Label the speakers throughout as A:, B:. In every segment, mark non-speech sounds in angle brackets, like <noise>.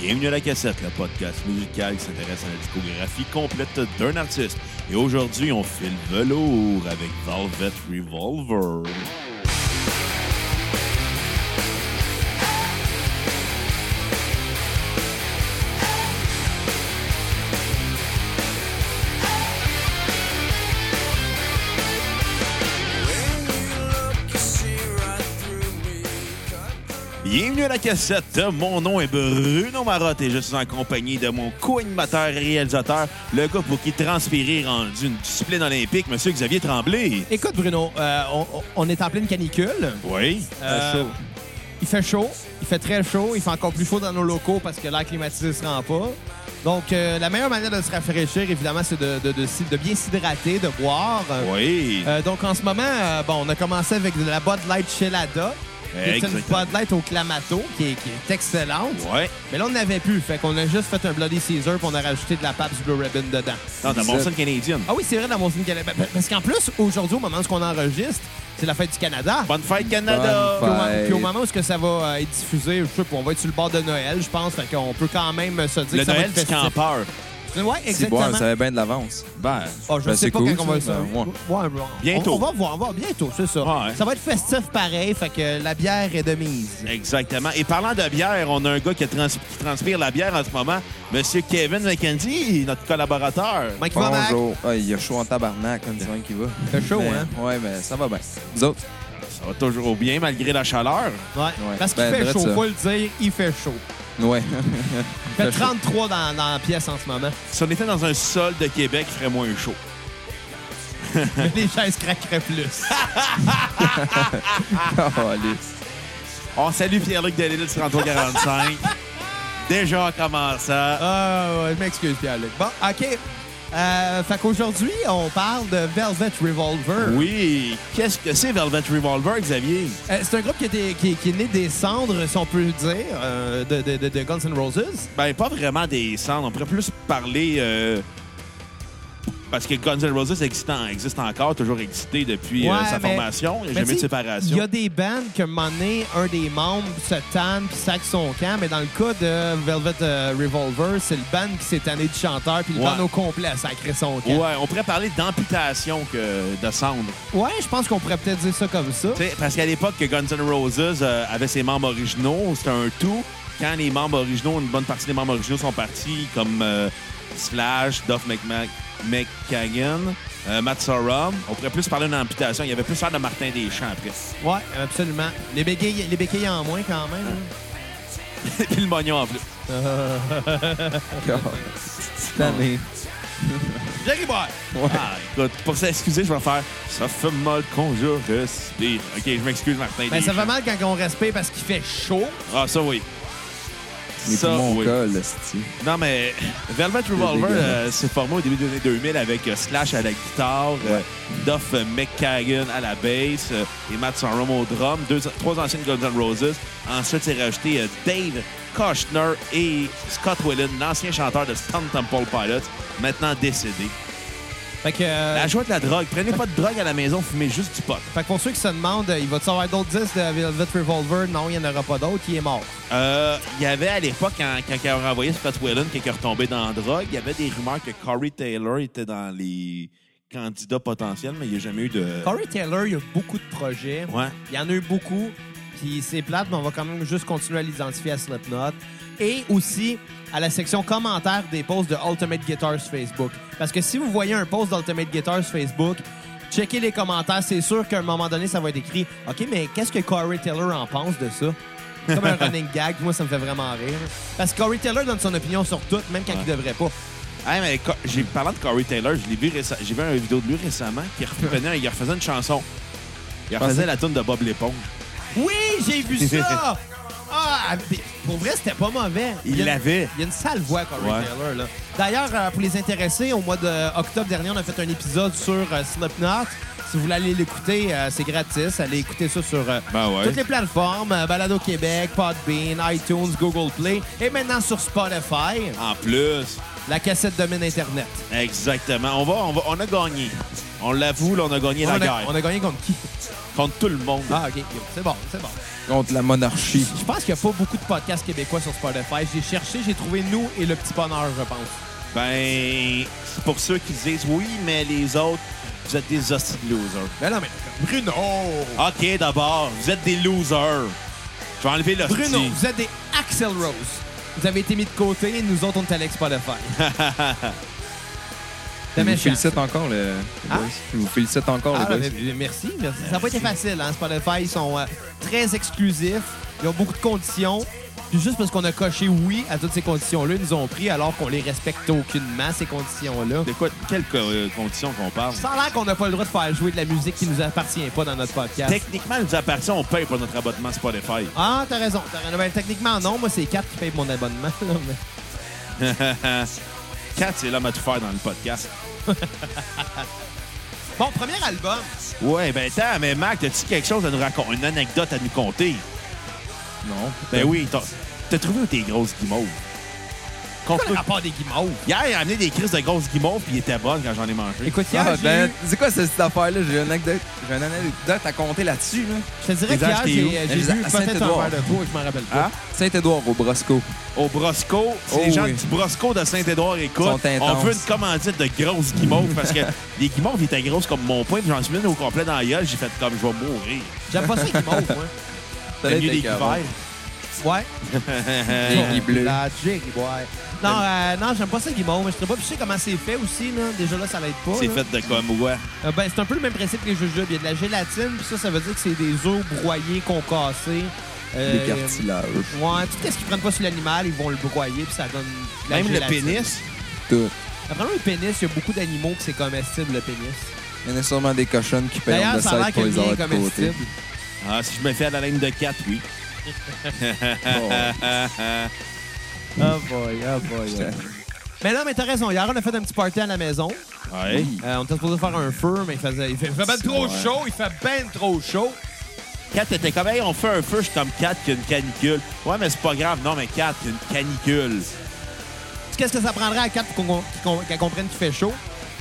A: Bienvenue à la cassette, le podcast musical qui s'intéresse à la discographie complète d'un artiste. Et aujourd'hui, on fait le velours avec Velvet Revolver. Bienvenue à la cassette. Mon nom est Bruno Marotte et je suis en compagnie de mon co-animateur et réalisateur, le gars pour qui transpirer est rendu une discipline olympique, Monsieur Xavier Tremblay.
B: Écoute, Bruno, euh, on, on est en pleine canicule.
A: Oui.
B: Euh,
C: chaud.
B: Il fait chaud. Il fait très chaud. Il fait encore plus chaud dans nos locaux parce que l'air climatisé ne se rend pas. Donc, euh, la meilleure manière de se rafraîchir, évidemment, c'est de, de- de s'hy- de bien s'hydrater, de boire.
A: Oui.
B: Euh, donc, en ce moment, euh, bon, on a commencé avec de la Bud Light Chelada. C'est une
A: Exactement.
B: Bud Light au Clamato qui est, qui est excellente.
A: Ouais.
B: Mais là, on n'avait plus. Fait qu'on a juste fait un Bloody Caesar puis on a rajouté de la Pabst Blue Ribbon dedans.
A: Non, t'as mon son canadien.
B: Ah oui, c'est vrai, dans mon signe Canada. Ben, Parce qu'en plus, aujourd'hui, au moment où on enregistre, c'est la fête du Canada.
A: Bonne fête, Canada!
B: Puis
C: Bonne
B: au moment-
C: fête.
B: Puis au moment où est-ce que ça va euh, être diffusé, je sais pas, on va être sur le bord de Noël, je pense. Fait qu'on peut quand même se dire
A: Le
B: que ça
A: Noël
B: va
A: du
B: être festif.
A: campeur.
B: Ouais,
C: Si boire,
B: exactement.
C: ça avait bien de l'avance. Ben,
B: Ah, je
C: ben,
B: sais
C: c'est
B: pas
C: cool,
B: quand on va ça.
C: ben, ouais. hein.
B: Ouais, bon.
A: Bientôt.
B: On, on va voir, on va voir. bientôt, c'est ça.
A: Ouais.
B: Ça va être festif pareil, fait que la bière est de mise.
A: Exactement. Et parlant de bière, on a un gars qui, trans- qui transpire la bière en ce moment, Monsieur Kevin McKenzie, notre collaborateur.
B: Mike Vomack,
C: Bonjour. Ah, il y a chaud en tabarnak, comme tu qui va.
B: Fait chaud,
C: Mais,
B: hein?
C: Ouais, mais ça va bien. Nous autres,
A: Ça va toujours bien malgré la chaleur.
B: Ouais. Parce qu'il
C: Ben,
B: fait
C: drette
B: chaud,
C: ça.
B: faut le dire, il fait chaud.
C: ouais. <laughs>
B: Il fait
C: Fait chaud.
B: 33 dans, dans la pièce en ce
C: <laughs>
B: moment.
A: Si on était dans un sol de Québec, il ferait moins chaud.
B: Les chaises craqueraient plus.
C: oh, allez.
A: On salue Pierre-Luc Delisle,
B: <laughs>
A: 3345. Déjà commençant.
B: Ah, ouais, je m'excuse, Pierre-Luc. Bon, OK. Euh, fait qu'aujourd'hui, on parle de Velvet Revolver.
A: Oui. Qu'est-ce que c'est Velvet Revolver, Xavier?
B: Euh, c'est un groupe qui, était, qui, qui est né des cendres, si on peut le dire, euh, de, de- de- de Guns N' Roses.
A: Ben, pas vraiment des cendres. On pourrait plus parler. euh, Parce que Guns N' Roses existe, en- existe encore, toujours existé depuis euh,
B: Ouais,
A: sa
B: mais-
A: formation. Il n'y a
B: Mais
A: jamais eu de
B: tu sais, Il
A: séparation.
B: y a des bands que, à un moment donné, un des membres se tanne puis sac son camp. Mais dans le cas de Velvet euh, Revolver, c'est le band qui s'est tanné du chanteur puis le
A: Ouais.
B: band au complet a sacré son
C: Hein?
B: camp.
A: Ouais, on pourrait parler d'amputation que de cendres.
B: Ouais, je pense qu'on pourrait peut-être dire ça comme ça.
A: Tu sais, parce qu'à l'époque que Guns N' Roses euh, avait ses membres originaux, c'était un tout. Quand les membres originaux, une bonne partie des membres originaux sont partis, comme euh, Slash, Duff McMa- McKagan, euh, Matt Sorum, on pourrait plus parler d'une amputation. Il y avait plus faire de Martin Deschamps après. <laughs>
B: Ouais, absolument. Les béquilles, les béquilles en moins quand même. hein.
A: Puis le mognon en plus.
C: Cette année.
A: J'arrive
C: Ouais.
A: Ah, écoute, pour s'excuser, je vais faire Ça fait mal qu'on je respire. Ok, je m'excuse, Martin.
B: Ben, ça
A: Deschamps.
B: fait mal quand on respire parce qu'il fait chaud.
A: Ah, ça oui.
C: Les
A: Ça,
C: poumons
A: oui.
C: collent, le style.
A: Non, mais Velvet Revolver
C: dégueulasse.
A: euh, s'est formé au début des années 2000 avec euh, Slash à la guitare, euh,
C: Ouais.
A: Duff McKagan à la bass euh, et Matt Sorum au drum, deux, trois anciennes Guns N' Roses. Ensuite, c'est rajouté euh, Dave Koshner et Scott Whelan, l'ancien chanteur de Stone Temple Pilots, maintenant décédé.
B: Fait que, euh,
A: La joie de la drogue. Prenez pas de drogue à la maison, fumez juste du pot.
B: fait que pour ceux qui se demandent, euh, il va-tu avoir d'autres 10 de Velvet Revolver? Non, il n'y en aura pas d'autres. Il est mort.
A: Euh, Il y avait à l'époque, quand, quand il a renvoyé Scott Whelan, quand il est retombé dans la drogue, il y avait des rumeurs que Corey Taylor était dans les candidats potentiels, mais il n'y a jamais eu de.
B: Corey Taylor, il y a beaucoup de projets.
A: Ouais.
B: Il y en a eu beaucoup. Puis c'est plate, mais on va quand même juste continuer à l'identifier à Slipknot. Et aussi à la section commentaires des posts de Ultimate Guitars Facebook. Parce que si vous voyez un post d'Ultimate Guitars Facebook, checkez les commentaires. C'est sûr qu'à un moment donné, ça va être écrit OK, mais qu'est-ce que Corey Taylor en pense de ça C'est Comme un running gag. Moi, ça me fait vraiment rire. Parce que Corey Taylor donne son opinion sur tout, même quand il devrait pas.
A: Hey, mais Co- j'ai parlant de Corey Taylor, je l'ai vu récem- j'ai vu une vidéo de lui récemment qui revenait, il refaisait une chanson. Il refaisait
C: Pensez-
A: la tune de Bob l'éponge.
B: Oui, j'ai vu
A: <laughs>
B: ça! ah, mais pour vrai, c'était pas mauvais.
A: Il
B: y a une-
A: l'avait.
B: Il y a une sale voix, Corey
A: Ouais.
B: Taylor. là. D'ailleurs, euh, pour les intéressés, au mois d'octobre dernier, on a fait un épisode sur euh, Slipknot. Si vous voulez aller l'écouter, euh, c'est gratis. Allez écouter ça sur euh,
A: Ben ouais.
B: toutes les plateformes. euh, Balado Québec, Podbean, iTunes, Google Play. Et maintenant sur Spotify,
A: En plus.
B: la cassette domine Internet.
A: Exactement. On va, on va- on a gagné. On l'avoue, là, on a gagné
B: on,
A: la
B: a,
A: guerre.
B: on a gagné contre qui?
A: Contre tout le monde.
B: Ah, OK. C'est bon, c'est bon.
C: Contre la monarchie.
B: Je pense qu'il n'y a pas beaucoup de podcasts québécois sur Spotify. J'ai cherché, j'ai trouvé Nous et Le Petit Bonheur, je pense.
A: Ben, c'est pour ceux qui disent oui, mais les autres, vous êtes des hosties de losers.
B: Mais non, mais Bruno!
C: Ah,
A: OK, d'abord, vous êtes des losers. Je vais enlever le
B: Bruno, vous êtes des Axel Rose. Vous avez été mis de côté, nous autres, on est allés avec
C: <laughs>
B: Spotify. T'es
C: Je vous
B: méchant.
C: félicite encore, le... les
B: Ah?
C: boys. Je vous félicite encore,
B: Ah,
C: les
B: mais-
C: boys.
B: mais merci, merci. Ça n'a pas été facile, hein, Spotify. Ils sont euh, très exclusifs. Ils ont beaucoup de conditions. Puis juste parce qu'on a coché oui à toutes ces conditions-là, ils nous ont pris alors qu'on les respecte aucunement, ces conditions-là.
A: De quoi, quelles co- euh, conditions qu'on parle?
B: Sans l'air qu'on n'a pas le droit de faire jouer de la musique qui nous appartient pas dans notre podcast.
A: Techniquement, elle nous appartient, on paye pour notre abonnement <laughs> Spotify.
B: ah, t'as raison. T'as raison. Ben, techniquement, non. Moi, c'est 4 qui paye mon abonnement. <laughs> là, mais-
A: Kat, c'est l'homme à tout faire dans le podcast.
B: Bon, premier album.
A: Ouais, ben attends, mais Mac, t'as-tu quelque chose à nous raconter? Une anecdote à nous conter?
C: Non.
A: Ben oui, t'as t'as trouvé où tes grosses guimauves?
B: Quoi le
A: Contre-
B: rapport des guimauves?
A: Hier, il a amené des crises de grosses guimauves, puis il était bonne quand j'en ai mangé.
B: Écoute, hier,
C: Ah,
B: j'ai
C: ben,
B: eu-
C: c'est quoi cette affaire-là? J'ai une anecdote, j'ai une anecdote à compter là-dessus. Là.
B: je te dirais
A: les
B: qu'hier,
A: âges, t'es où?
B: j'ai j'ai
C: Les
B: vu
C: âges,
B: peut-être
C: Saint-Édouard.
B: un verre de trop et je m'en rappelle pas.
A: Hein?
C: Saint-Édouard au Brosco.
A: Au Brosco, si
C: Oh
A: les gens
C: oui.
A: du Brosco de Saint-Édouard écoutent,
C: Sont intenses.
A: on veut une commandite de grosses guimauves parce
C: <laughs>
A: que les guimauves étaient grosses comme mon poing, puis j'en suis venu au complet dans la gueule, j'ai fait comme je vais mourir.
B: J'aime pas ça, les guimauves, moi.
C: Ça
A: T'as
C: doit
A: mieux
C: être
A: des
C: écœurant.
A: guimauves.
B: Ouais.
C: <laughs> Des guis bleus.
B: La jig, ouais. Non, euh, non j'aime pas ça, Guimauve. Mais je sais pas. Puis je sais comment c'est fait aussi, là. Déjà là, ça l'aide pas.
A: <laughs> C'est
B: là.
A: fait de comme ouais.
B: Euh, ben, c'est un peu le même principe que les jujubes. Il y a de la gélatine, puis ça, ça veut dire que c'est des os broyés, concassés. Euh,
C: Des cartilages.
B: Ouais, tout ce qu'ils prennent pas sur l'animal, ils vont le broyer, puis ça donne de la
A: Même le
B: gélatine.
A: pénis.
C: Tout.
B: Apparemment, le pénis, il y a beaucoup d'animaux que c'est comestible, le pénis.
C: Il y en a sûrement des cochonnes qui payent de
B: D'ailleurs, ça a l'air
C: side
B: que
C: pour
B: le
C: les
B: mien est
C: avoir de côté.
B: comestible.
A: Ah, si je me fais à la laine de 4, oui.
B: <laughs>
C: Bon,
B: Oh boy, oh boy.
C: j'étais-
B: Mais non, mais t'as raison. Hier, on a fait un petit party à la maison.
A: Ouais.
B: Euh, on était supposé faire un feu, mais il faisait, il fait, il fait ben trop
C: Ouais.
B: chaud, il fait ben trop chaud.
A: 4 était comme, hey, on fait un feu, je suis comme 4 qu'il y a une canicule. Ouais, mais c'est pas grave. Non, mais 4, il y a une canicule.
B: Qu'est-ce que ça prendrait à 4 pour qu'on- qu'on- qu'elle comprenne qu'il fait chaud?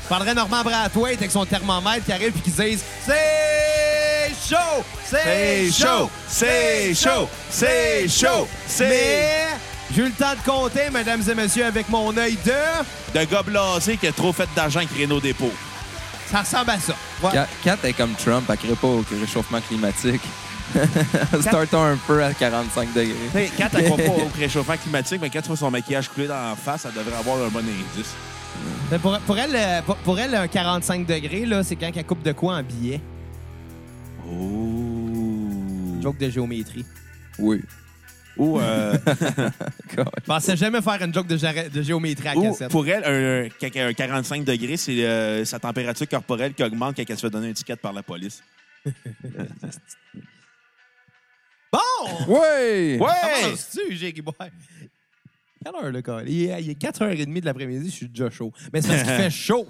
B: Ça prendrait Normand Brathwaite avec son thermomètre qui arrive et qui dise C'est chaud! C'est chaud!
A: c'est chaud,
B: Mais j'ai eu le temps de compter, mesdames et messieurs, avec mon œil de.
A: De gars blasé qui a trop fait d'argent avec Renault Dépôt.
B: Ça ressemble à ça. Ouais.
C: Kat Kat est comme Trump, elle crée pas au réchauffement climatique. <laughs> Startons un peu à 45 degrés.
A: 4, elle croit pas au réchauffement climatique, mais 4 fois son maquillage coulé dans la face, elle devrait avoir un bon indice.
B: Mais Pour, pour elle, euh, pour, pour elle, un 45 degrés, là, c'est quand elle coupe de quoi en billet?
A: Oh.
B: Joke de géométrie.
C: Oui.
A: Ou, euh,
B: Je pensais jamais faire une joke de, gé- de géométrie <laughs> à
A: ou
B: cassette.
A: pour elle, un- un, un 45 degrés, c'est euh, sa température corporelle qui augmente quand elle se fait donner un ticket par la police.
B: Bon!
C: Oui!
B: Comment tu Jake Boy? Quelle heure, là, quand même? Il est, il est 4h30 de l'après-midi, je suis déjà chaud. Mais c'est parce qu'il fait chaud.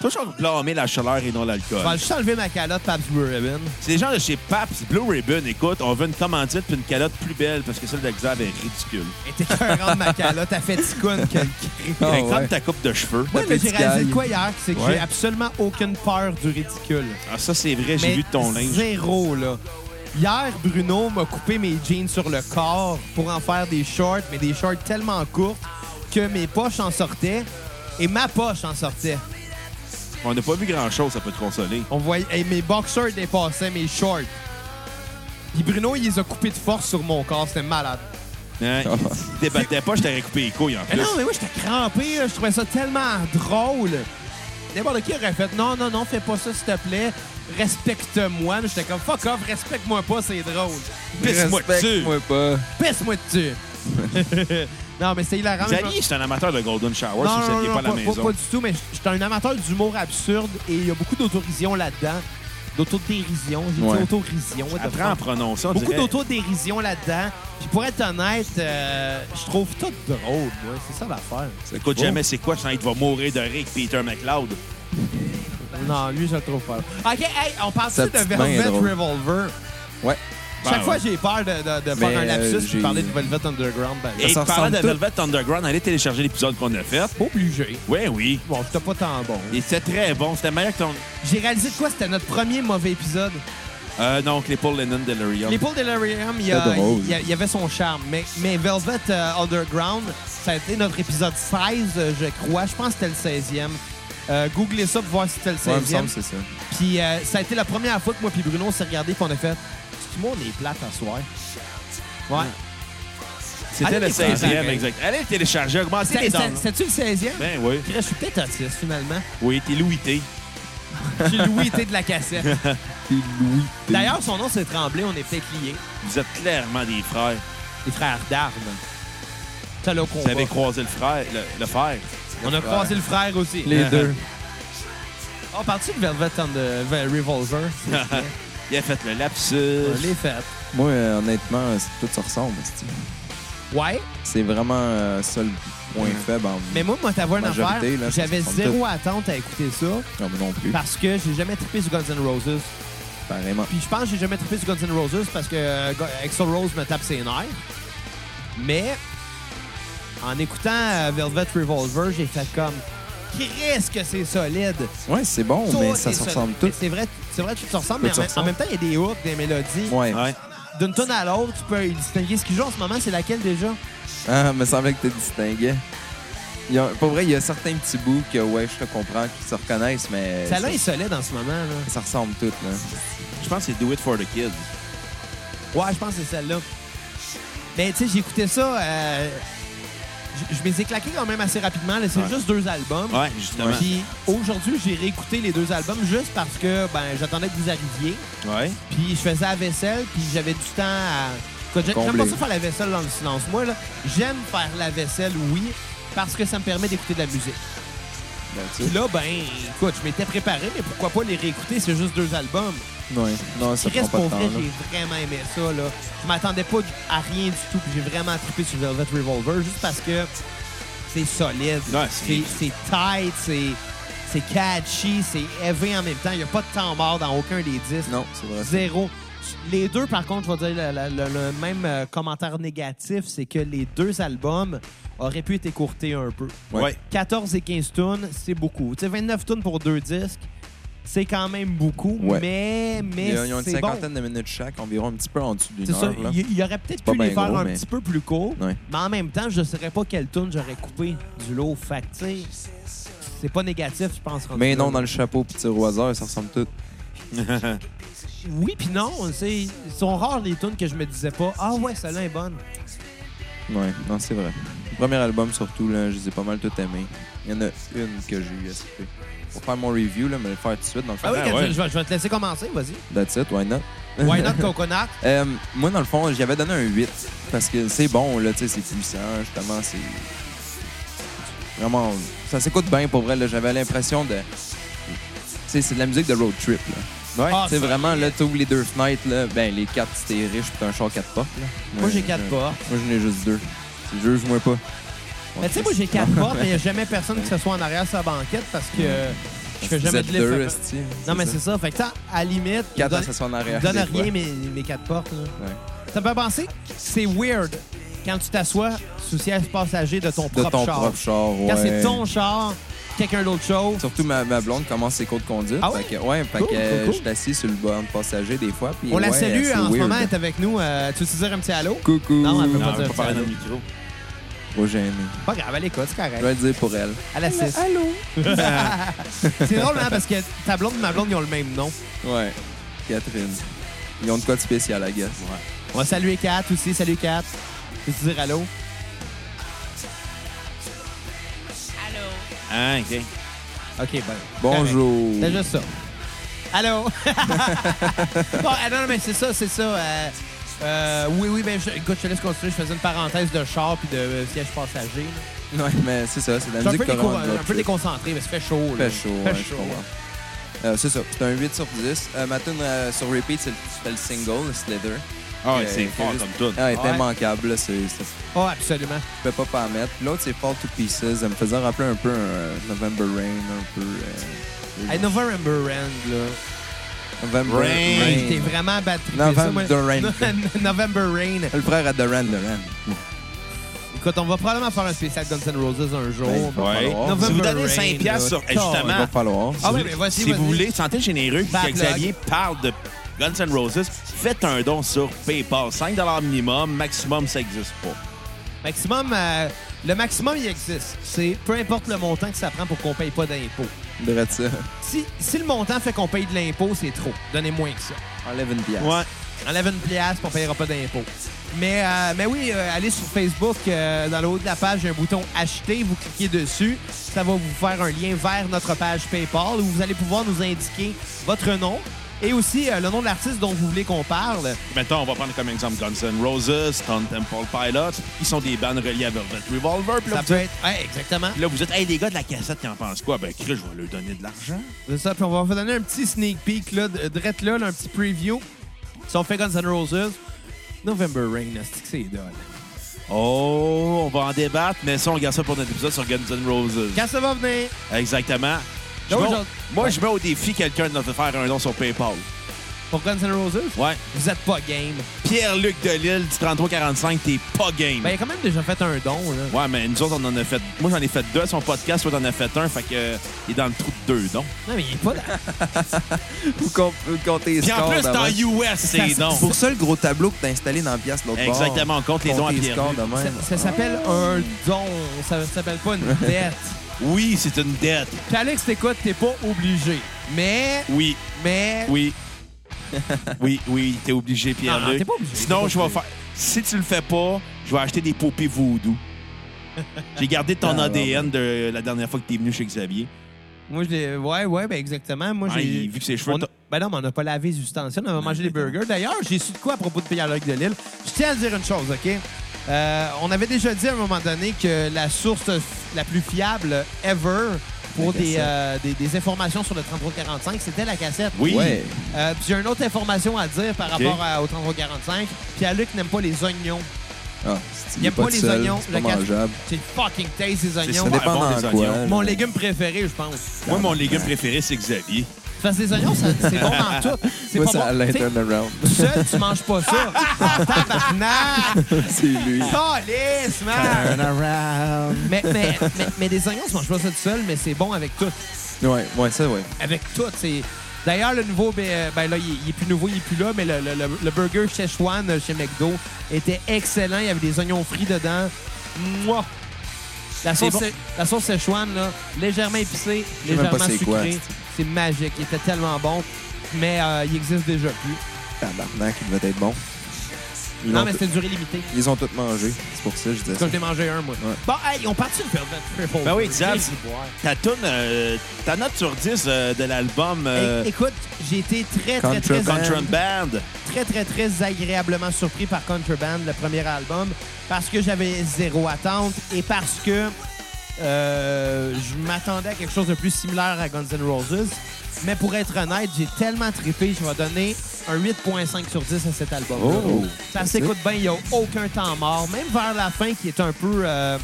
A: Toujours blâmer la chaleur et non l'alcool.
B: Je vais juste enlever ma calotte Pabst Blue Ribbon.
A: C'est les gens de chez Paps Blue Ribbon. Écoute, on veut une commandite puis une calotte plus belle parce que celle de Xav est ridicule.
B: Elle était écœurante, ma calotte. Elle
A: <laughs>
B: fait ticoune que le
C: Ah,
A: Par exemple,
C: ouais.
A: ta coupe de cheveux.
B: Moi, mais j'ai
C: petite
B: réalisé
C: gaille.
B: de quoi hier? C'est que
A: Ouais.
B: j'ai absolument aucune peur du ridicule.
A: Ah, ça, c'est vrai, j'ai
B: Mais
A: vu ton linge.
B: Zéro, là. Hier, Bruno m'a coupé mes jeans sur le corps pour en faire des shorts, mais des shorts tellement courtes que mes poches en sortaient et ma poche en sortait.
A: On n'a pas vu grand-chose, ça peut te consoler.
B: On voyait hey, mes boxers dépassaient mes shorts. Puis Bruno, il les a coupés de force sur mon corps, c'était malade.
A: Hein?
C: Ah.
A: Il débattait pas, je t'aurais coupé les couilles en
B: Mais
A: plus.
B: non, mais moi, j'étais crampé, là. je trouvais ça tellement drôle. N'importe qui aurait fait non, non, non, fais pas ça, s'il te plaît. Respecte-moi. Mais j'étais comme fuck off, respecte-moi pas, c'est drôle.
A: Pisse-moi dessus.
C: Respecte-moi pas.
B: Pisse-moi
C: <laughs>
B: dessus. non, mais c'est hilarant.
A: Vous
B: mais je-
A: alliez, j'étais un amateur de Golden Shower,
B: Non,
A: si vous
B: non,
A: n'étiez
B: non,
A: pas à la
B: pas,
A: maison.
B: pas- pas du tout, mais j'étais un amateur d'humour absurde et il y a beaucoup d'autodérision là-dedans. D'autodérision, j'ai
C: Ouais.
B: dit autodérision. what the
A: Apprends à
B: fuck.
A: prononcer, on
B: Beaucoup
A: dirait.
B: d'autodérision là-dedans. Puis pour être honnête, euh, je trouve tout drôle, moi. C'est ça l'affaire.
A: Écoute
C: Oh.
A: jamais c'est quoi, sinon il va mourir de rire avec Peter McLeod.
B: Non, lui, je le trouve pas. OK, hey, on parle
C: Sa
B: de
C: petite main est
B: Velvet
C: drôle.
B: Revolver.
C: Ouais.
A: peur.
B: Chaque fois,
A: ouais.
B: j'ai peur de, de- de
C: Mais,
B: faire un
C: euh,
B: lapsus et
C: j'ai-
B: parler de Velvet Underground. Ben,
A: Et
C: Ça
A: parlant de
C: ressemble tout.
A: Velvet Underground, allez télécharger l'épisode qu'on a fait.
B: obligé.
A: Oui, oui.
B: Bon, c'était pas tant bon.
A: Et c'était très bon. C'était meilleur que ton...
B: J'ai réalisé de quoi c'était notre premier mauvais épisode.
C: Ah.
A: Euh, non, que les Paul Lennon Delirium.
B: Les Paul Delirium, il y, a-
C: C'était drôle.
B: il y a- il y avait son charme. Mais, mais Velvet euh, Underground, ça a été notre épisode 16, euh, je crois. Je pense que c'était le 16e. Euh, googlez ça pour voir si c'était le
C: Ouais, il me
B: 16e.
C: semble que c'est ça.
B: puis euh, ça a été la première fois que moi puis Bruno on s'est regardé et qu'on a fait Tout le monde est plate à soir. Ouais.
A: C'était le
B: Allez, les
A: 16e,
B: parents.
A: exact. Allez le télécharger, augmentez les
B: C'était-
A: dents.
B: c'était- C'était-tu le 16e?
A: Ben oui.
B: Je suis peut-être autiste finalement.
A: Oui, t'es Louis T.
B: J'ai Louis T de la cassette.
C: Puis <laughs> Louis. T.
B: D'ailleurs, son nom c'est Tremblay, on est peut-être liés.
A: Vous êtes clairement des frères.
B: Les frères d'armes. Ça le combat.
A: Vous avez croisé le frère, le, le fer.
B: On a croisé le frère aussi.
C: les
B: <laughs>
A: Euh,
C: deux.
B: On parle-tu de Velvet and the Ve- <laughs> Revolver?
A: Il a fait le lapsus.
B: On les fait.
C: Moi, euh, honnêtement, euh, c'est- tout se ressemble. c'est-
B: Ouais,
C: C'est vraiment euh, ça le point faible. En...
B: mais moi, moi, t'avais une
C: Majorité,
B: affaire.
C: là,
B: J'avais
C: ça se
B: zéro attente à écouter ça
C: Non, mais non plus.
B: parce que j'ai jamais trippé sur Guns N' Roses.
C: Apparemment.
B: Puis je pense que j'ai jamais trippé sur Guns N' Roses parce que euh, Go- Axl Rose me tape ses nerfs. Mais en écoutant euh, Velvet Revolver, j'ai fait comme. Qu'est-ce que c'est solide!
C: Ouais, c'est bon,
B: Tout
C: mais ça
B: est
C: se
B: solide.
C: ressemble
B: Mais
C: tout.
B: C'est vrai, c'est vrai, tout se ressemble,
C: Tout
B: mais en,
C: se
B: même- en
C: ressemble.
B: même temps, il y a des hooks, des mélodies.
C: Ouais.
A: Ouais.
B: D'une tonne à l'autre, tu peux distinguer ce qui joue en ce moment, c'est laquelle déjà?
C: Ah, me semblait que tu distinguais. Il y a- Pour vrai, il y a certains petits bouts que, ouais, je te comprends, qui se reconnaissent, mais
B: Celle-là est
C: ça,
B: solide en ce moment. Là.
C: ça ressemble tout. Là.
A: Je pense que c'est Do It for the Kids.
B: Ouais, je pense que c'est celle-là. Mais tu sais, j'écoutais ça. euh, je- je me les ai claqués quand même assez rapidement. là. C'est
A: Ouais.
B: juste deux albums.
A: Ouais, justement.
B: Puis aujourd'hui, j'ai réécouté les deux albums juste parce que ben, j'attendais que vous arriviez.
A: Ouais.
B: Puis je faisais la vaisselle, puis j'avais du temps à. Écoute, j'ai- J'aime
C: Combler.
B: pas ça faire la vaisselle dans le silence. Moi, là, j'aime faire la vaisselle, oui, parce que ça me permet d'écouter de la musique. Puis là, ben, écoute, je m'étais préparé, mais pourquoi pas les réécouter? C'est juste deux albums.
C: Ouais. Non, ça
B: Chris,
C: prend pas
B: pour
C: de temps.
B: vrai,
C: là.
B: j'ai vraiment aimé ça, là. Je m'attendais pas du- à rien du tout, puis j'ai vraiment trippé sur Velvet Revolver, juste parce que c'est solide,
A: Ouais,
B: c'est c'est tight, c'est c'est catchy, c'est heavy en même temps. Il n'y a pas de temps mort dans aucun des disques.
C: Non, c'est vrai.
B: Zéro. Les deux, par contre, je vais dire la- la- la- le même euh, commentaire négatif, c'est que les deux albums auraient pu être écourtés un peu.
A: Ouais.
C: Ouais.
B: 14 et 15 tunes, c'est beaucoup. Tu sais, 29 tunes pour deux disques, c'est quand même beaucoup,
C: Ouais.
B: mais, mais
C: Ils ont- ils ont une
B: c'est bon.
C: cinquantaine de minutes chaque, environ un petit peu en dessous d'une
B: C'est
C: heure.
B: ça,
C: là.
B: il il aurait peut-être
C: pas
B: pu les
C: ben
B: faire
C: gros,
B: un
C: mais-
B: petit peu plus court,
C: Ouais.
B: mais en même temps, je ne saurais pas quelle tune j'aurais coupé du lot. Fait que, tu sais, c'est pas négatif, je pense. rendu
C: Mais
B: là.
C: non, dans le chapeau, puis tir au hasard, ça ressemble tout.
B: Oui, puis non, c'est ils sont rares les tunes que je me disais pas, ah ouais, celle-là est bonne.
C: Ouais, non, c'est vrai. Le Premier album, surtout, là, je les ai pas mal tout aimés. Il y en a une que j'ai eu à skipper. Pour faire mon review, là, mais le faire tout de suite, dans le fond.
B: Ah oui,
A: Ah,
B: Kat,
A: ouais.
B: je, vais, je vais te laisser commencer,
C: <laughs>
B: vas-y.
C: That's it, why not?
B: Why not coconut?
C: Euh, moi, dans le fond, j'y avais donné un 8 parce que c'est bon, là, tu sais, c'est puissant, justement, c'est. Vraiment, ça s'écoute bien pour vrai, là. J'avais l'impression de. Tu sais, c'est de la musique de road trip, là.
B: Ah,
C: c'est
B: ça,
C: vraiment, là, t'ouvres les deux fenêtres, là. Ben, les quatre, si t'es riche, puis t'as un char quatre portes, là.
B: Moi, j'ai quatre
C: je-
B: portes.
C: Moi, j'en ai juste deux. Tu Juge-moi pas.
B: Mais tu sais, moi, j'ai quatre portes, mais il n'y a jamais personne qui se soit en arrière de sa banquette parce que euh, je fais
C: Vous
B: jamais
C: êtes
B: de
C: deux,
B: lift.
C: esti,
B: Non, mais c'est ça. Fait que, t'as, à la limite,
C: Quatre
B: donne,
C: à s'asseoir en arrière.
B: donne
C: des
B: rien
C: fois.
B: mes, mes quatre portes. là.
C: Ouais.
B: Ça me fait penser, c'est weird quand tu t'assois sous siège passager de ton
C: De
B: propre
C: ton
B: char.
C: propre char, ouais.
B: Quand c'est ton char, quelqu'un d'autre chauffe.
C: Surtout ma, ma blonde commence ses cours de conduite.
B: Ah ouais?
C: Fait que, ouais, fait
B: Cool,
C: que euh,
B: cool, cool.
C: je suis assis sur le banc de passager des fois. puis
B: On la
C: ouais,
B: salue
C: c'est
B: en ce
C: weird.
B: moment, elle est avec nous. Euh, tu veux te dire un petit allô?
C: Coucou.
B: Non, elle peut
A: Non,
B: pas
A: je vais
B: dire
A: pas parler
B: ça.
A: dans le micro.
C: Trop gêné.
B: Pas grave, elle écoute, c'est
C: E. Je
B: correct.
C: vais le dire pour elle.
B: Elle assiste.
C: Allô?
B: <laughs> C'est drôle, hein, parce que ta blonde et ma blonde, ils ont le même nom.
C: Ouais. Catherine. Ils ont de quoi de spécial, I guess.
B: On va saluer Kat aussi. Salut Kat. Tu veux dire allô?
D: Allô.
A: Ah, OK.
B: OK, ben.
C: Bonjour.
B: C'est juste ça. Allô? <laughs> Bon, ah non, non, mais c'est ça, c'est ça. euh, euh, oui, oui, ben, je, écoute, je te laisse continuer. Je faisais une parenthèse de char puis de euh, siège passager. là.
C: Ouais, mais c'est ça, c'est de
B: Je suis
C: la
B: un
C: musique
B: peu, déco-
C: corrente, là,
B: un peu
C: tu sais.
B: déconcentré, mais ça fait chaud. là.
C: Fait chaud, ouais, je comprends. Euh, c'est ça, c'est un 8 sur 10. Euh, ma tune euh, sur repeat, c'est le- c'était le single, le Slither.
A: Ah, ouais,
C: Euh,
A: c'est
C: que
A: fort
C: juste-
A: comme tout.
C: Ah, elle
B: Ouais.
C: était immanquable, là, c'est- c'est-
B: Oh, absolument.
C: Je peux pas pas en mettre. L'autre, c'est Fall to Pieces. Ça me faisait rappeler un peu un euh, November Rain, un peu. euh,
B: Hey, November End, là.
C: November
A: Rain.
C: Rain.
B: T'es vraiment battu.
C: November Rain.
B: <laughs> November Rain.
C: Le frère à Duran Duran.
B: Écoute, on va probablement faire un spécial Guns N' Roses un jour.
C: Ben,
A: Ouais.
C: va falloir.
A: Si vous
B: November
A: donnez
B: Rain,
A: 5
B: là.
A: piastres sur... eh,
C: Il
A: justement,
C: va falloir.
B: Ah oui,
A: si
B: mais
A: vous-
B: voici,
A: si
B: vas-y.
A: vous voulez, sentez généreux que
B: Backlog.
A: Xavier parle de Guns N' Roses, faites un don sur PayPal. 5 minimum, maximum, ça n'existe pas.
B: Maximum, euh, le maximum, il existe. C'est peu importe le montant que ça prend pour qu'on paye pas d'impôts.
C: Drette ça.
B: Si, si le montant fait qu'on paye de l'impôt, c'est trop. Donnez moins que ça.
C: Enlève une pièce.
B: Enlève une pièce, puis on payera pas d'impôts. Mais, euh, mais oui, euh, allez sur Facebook. euh, dans le haut de la page, il y a un bouton Acheter. Vous cliquez dessus. Ça va vous faire un lien vers notre page PayPal où vous allez pouvoir nous indiquer votre nom et aussi euh, le nom de l'artiste dont vous voulez qu'on parle.
A: Maintenant, on va prendre comme exemple Guns N' Roses, Stone Temple Pilots, qui sont des bandes reliées à Velvet Revolver. Puis là,
B: Ça
A: vous-
B: peut être... Ouais, exactement.
A: puis là, vous êtes, hey, les gars de la cassette, ils en pensent quoi? Ben, Chris, je vais leur donner de l'argent.
B: C'est ça, puis on va vous donner un petit sneak peek, là, de- drette là, là, un petit preview. Si on fait Guns N' Roses, November Rain, asti que c'est dole.
A: Oh, on va en débattre, mais ça, on garde ça pour notre épisode sur Guns N' Roses.
B: Quand ça va venir,
A: Exactement. Je
B: Donc,
A: mets au-
B: genre-
A: moi, je mets au défi quelqu'un de nous faire un don sur PayPal.
B: pour Guns N' Roses,
A: Ouais.
B: vous êtes pas game.
A: Pierre-Luc Delille du 3345, t'es pas game.
B: Ben, il a quand même déjà fait un don, là.
A: Ouais, mais nous autres, on en a fait. Moi, j'en ai fait deux à son podcast, toi, t'en as fait un, fait que euh, il est dans le trou de deux, donc.
B: Non, mais il est pas là.
C: Ou com- ou compter les
A: Puis en
C: scores
B: ben
A: plus, t'es
C: d'avant.
A: en US, c'est
C: C'est
A: donc.
C: pour ça le gros tableau que t'as installé dans la pièce l'autre bord.
A: Exactement, on compte les dons à
C: Compter
A: Pierre.
C: scores de même.
B: Ça, ça s'appelle un don, ça s'appelle pas <laughs> une dette.
A: Oui, c'est une dette.
B: Puis Alex, t'écoutes, t'es pas obligé. Mais,
A: Oui,
B: mais...
A: <laughs> oui. oui, oui, t'es obligé,
B: Non, non,
A: Pierre-Luc.
B: t'es pas obligé, t'es
A: Sinon,
B: pas
A: je vais
B: obligé.
A: faire. Si tu le fais pas, je vais acheter des poupées voodoo. J'ai gardé ton
C: Ah,
A: ADN de la dernière fois que t'es venu chez Xavier.
B: Moi, je l'ai... Ouais, ouais, ben exactement. Moi,
A: Ouais,
B: j'ai...
A: il- vu que ses cheveux
B: On a-
A: t'as-
B: Ben non, mais on n'a pas lavé les ustensiles, on a mangé
A: <laughs>
B: des burgers. D'ailleurs, j'ai su de quoi à propos de Pierre-Luc de Lille. Je tiens à dire une chose, OK? Euh, on avait déjà dit à un moment donné que la source f- la plus fiable ever pour
C: La
B: des,
C: cassette.
B: euh, des, des informations sur le 3345, c'était la cassette.
A: Oui.
C: Ouais.
B: Euh, puis j'ai une autre information à dire par
A: OK.
B: rapport à- au 3345. Pierre-Luc n'aime pas les oignons.
C: Ah, c'est-
B: Il aime
C: est
B: pas,
C: tout
B: les
C: seul,
B: oignons.
C: C'est pas
B: casse-
C: mangeable.
B: C'est fucking taste, les
A: C'est
B: oignons.
C: Ça
A: Ouais,
C: dépend
A: bon,
C: dans
A: les
C: quoi.
A: oignons.
C: là.
B: Mon légume préféré, je pense.
A: Moi, mon légume préféré, c'est Xavier.
B: Parce que les oignons, ça- c'est
A: <laughs>
B: bon dans tout. C'est
C: Moi,
B: pas
C: c'est à
B: bon.
C: la
B: tu sais,
C: turnaround.
B: Tout seul, tu manges pas ça. <laughs> Tabarnak!
C: <laughs> C'est lui.
B: Calisse, man!
C: Turnaround.
B: Mais, mais, mais, mais des oignons, tu manges pas ça tout seul, mais c'est bon avec tout.
C: Ouais, ouais, ça, ouais.
B: Avec tout, c'est... D'ailleurs, le nouveau, ben, euh, ben là, il, il est plus nouveau, il est plus là, mais le, le- le- le burger Szechuan euh, chez McDo était excellent. Il y avait des oignons frits dedans. Mouah! La sauce,
A: bon.
B: sé- la sauce Szechuan, là, légèrement épicée,
C: sais même pas
B: légèrement
C: c'est quoi,
B: sucrée. C'est magique. Il était tellement bon, mais euh, il existe déjà plus.
C: Tabarnak, il devait être bon. Ils
B: Non,
C: l'ont
B: mais
C: tout-
B: c'était durée limitée.
C: Ils ont tous mangé. C'est pour ça que je disais ça.
B: Quand j'ai mangé un, moi.
C: Ouais.
B: Bon, hey, on part sur le Purple.
A: Ben oui, Xav, ta toune, euh, ta note sur 10 euh, de l'album euh,
B: É- Écoute, j'ai été très, très, très, euh,
C: Contraband.
A: Contraband.
B: très, très, très agréablement surpris par Contraband, le premier album, parce que j'avais zéro attente et parce que euh, je m'attendais à quelque chose de plus similaire à Guns N' Roses. Mais pour être honnête, j'ai tellement trippé, je vais donner un 8.5 sur 10 à cet album.
C: Oh!
B: Ça s'écoute bien, il n'y a aucun temps mort. Même vers la fin, qui est un peu euh,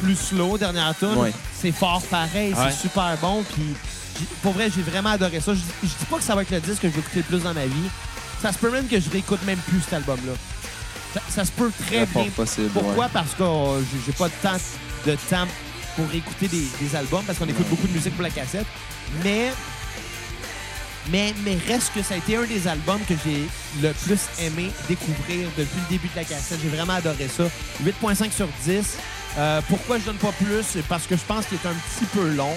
B: plus slow, dernière tune,
C: Ouais.
B: c'est fort pareil,
A: Ouais.
B: c'est super bon. Puis j'ai- pour vrai, j'ai vraiment adoré ça. Je, je dis pas que ça va être le disque que j'ai écouté le plus dans ma vie. Ça se peut même que je réécoute même plus cet album-là. Ça, ça se peut très
C: Très fort
B: bien.
C: possible,
B: Pourquoi?
C: ouais.
B: Parce que euh, j'ai- j'ai pas de temps, de temps pour écouter des, des albums, parce qu'on écoute beaucoup de musique pour la cassette. Mais, mais, mais reste que ça a été un des albums que j'ai le plus aimé découvrir depuis le début de la cassette. J'ai vraiment adoré ça. 8.5 sur 10. Euh, pourquoi je donne pas plus? C'est Parce que je pense qu'il est un petit peu long.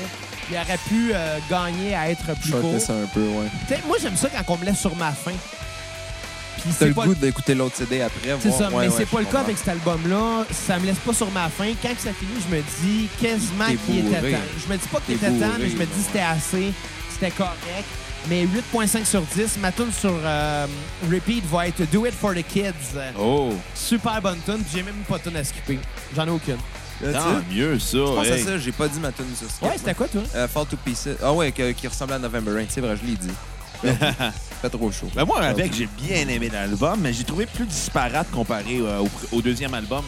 B: Il aurait pu euh, gagner à être plus court.
C: Shorter ça un peu, ouais.
B: T'sais, Moi, j'aime ça quand on me laisse sur ma faim. Puis
C: T'as
B: c'est
C: le
B: pas-
C: goût d'écouter l'autre CD après.
B: c'est
C: voir-
B: ça,
C: ouais,
B: mais
C: ouais,
B: c'est
C: je
B: pas le cas
C: comprends.
B: avec cet album-là. Ça me laisse pas sur ma faim. Quand que ça finit, je me dis quasiment
C: T'es
B: qu'il était
C: bourré.
B: temps. Je me dis pas qu'il
C: T'es
B: était temps,
C: bourré,
B: mais je me dis
C: ouais.
B: c'était assez, c'était correct. Mais 8.5 sur 10, ma tune sur euh, repeat va être Do It For The Kids.
A: Oh,
B: Super bonne tune, puis j'ai même pas de tune à skipper. J'en ai aucune.
C: Là, tu sais,
A: tant mieux ça.
C: Je pense à
A: hey.
C: ça, j'ai pas dit ma tune sur ce
B: Ouais, c'était quoi, toi?
C: Euh, Fall to Pieces. Ah ouais, que- qui ressemble à November Rain. C'est vrai, je l'ai dit. <laughs> Pas trop chaud.
A: Ben moi, avec, j'ai bien aimé l'album, mais j'ai trouvé plus disparate comparé euh, au, pr- au deuxième album.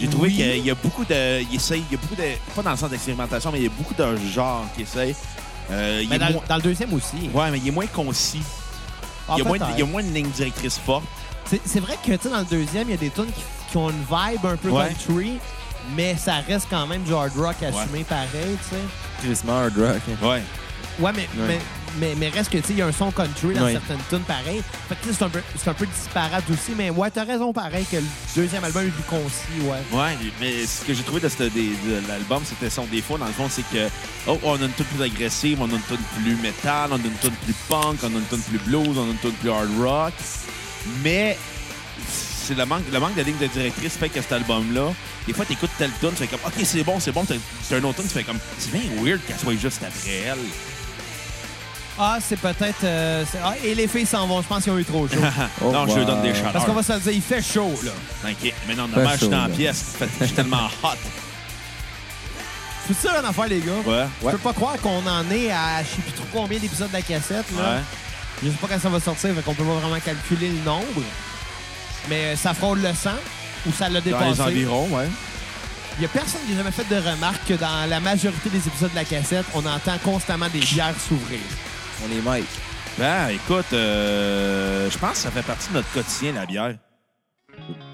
A: J'ai trouvé
B: Oui.
A: qu'il y a beaucoup de. Il essaye, il y a beaucoup de. Pas dans le sens d'expérimentation, mais il y a beaucoup de genres qui essayent. Euh, il
B: Mais
A: est
B: Ben, dans,
A: moins-
B: dans le deuxième aussi.
A: Ouais, mais il est moins concis.
B: Ah,
A: il, y a moins de,
B: peut-être.
A: il y a moins de ligne directrice forte.
B: C'est c'est vrai que tu sais, dans le deuxième, il y a des tunes qui, qui ont une vibe un peu
A: Ouais.
B: country, mais ça reste quand même du hard rock assumé pareil, tu sais.
C: Christmas Hard Rock.
A: Ouais.
B: Ouais, mais, mais, mais, mais reste que tu sais, il y a un son country dans
C: Ouais.
B: certaines tunes pareil. Fait que tu sais, c'est un, peu- c'est un peu disparate aussi, mais ouais, t'as raison pareil que le deuxième album est plus concis, ouais.
A: Ouais, mais ce que j'ai trouvé de, ce- des- de l'album, c'était son défaut. Dans le fond, c'est que oh, on a une tune plus agressive, on a une tune plus metal, on a une tune plus punk, on a une tune plus blues, on a une tune plus hard rock. Mais c'est le manque, le manque de ligne de directrice fait que cet album-là, des fois, t'écoutes telle tune, tu fais comme OK, c'est bon, c'est bon, t'as- c'est un autre tune, tu fais comme c'est bien weird qu'elle soit juste après elle.
B: Ah, c'est peut-être. euh, c'est- ah, et les filles s'en vont, je pense qu'ils ont eu
A: <laughs>
B: trop chaud.
C: Oh,
A: non, je lui
C: wow.
A: donne des chaleurs.
B: Parce qu'on va se le dire, il fait chaud, là.
A: T'inquiète, mais non,
C: Pas
A: dommage, je suis dans la
C: chaud, là.
A: pièce, fait que je suis tellement hot.
B: C'est ça, une affaire, les gars.
A: Ouais.
B: Je peux pas croire qu'on en est à je sais plus trop combien d'épisodes de la cassette, là.
A: Ouais.
B: Je sais pas quand ça va sortir, fait qu'on peut pas vraiment calculer le nombre. Mais euh, ça frôle le 100 ou ça l'a
A: Dans les
B: dépassé.
A: environs, ouais.
B: Il y a personne qui a jamais fait de remarque que dans la majorité des épisodes de la cassette, on entend constamment des bières s'ouvrir.
C: On est Mike.
A: Ben, écoute, euh, je pense que ça fait partie de notre quotidien, la bière.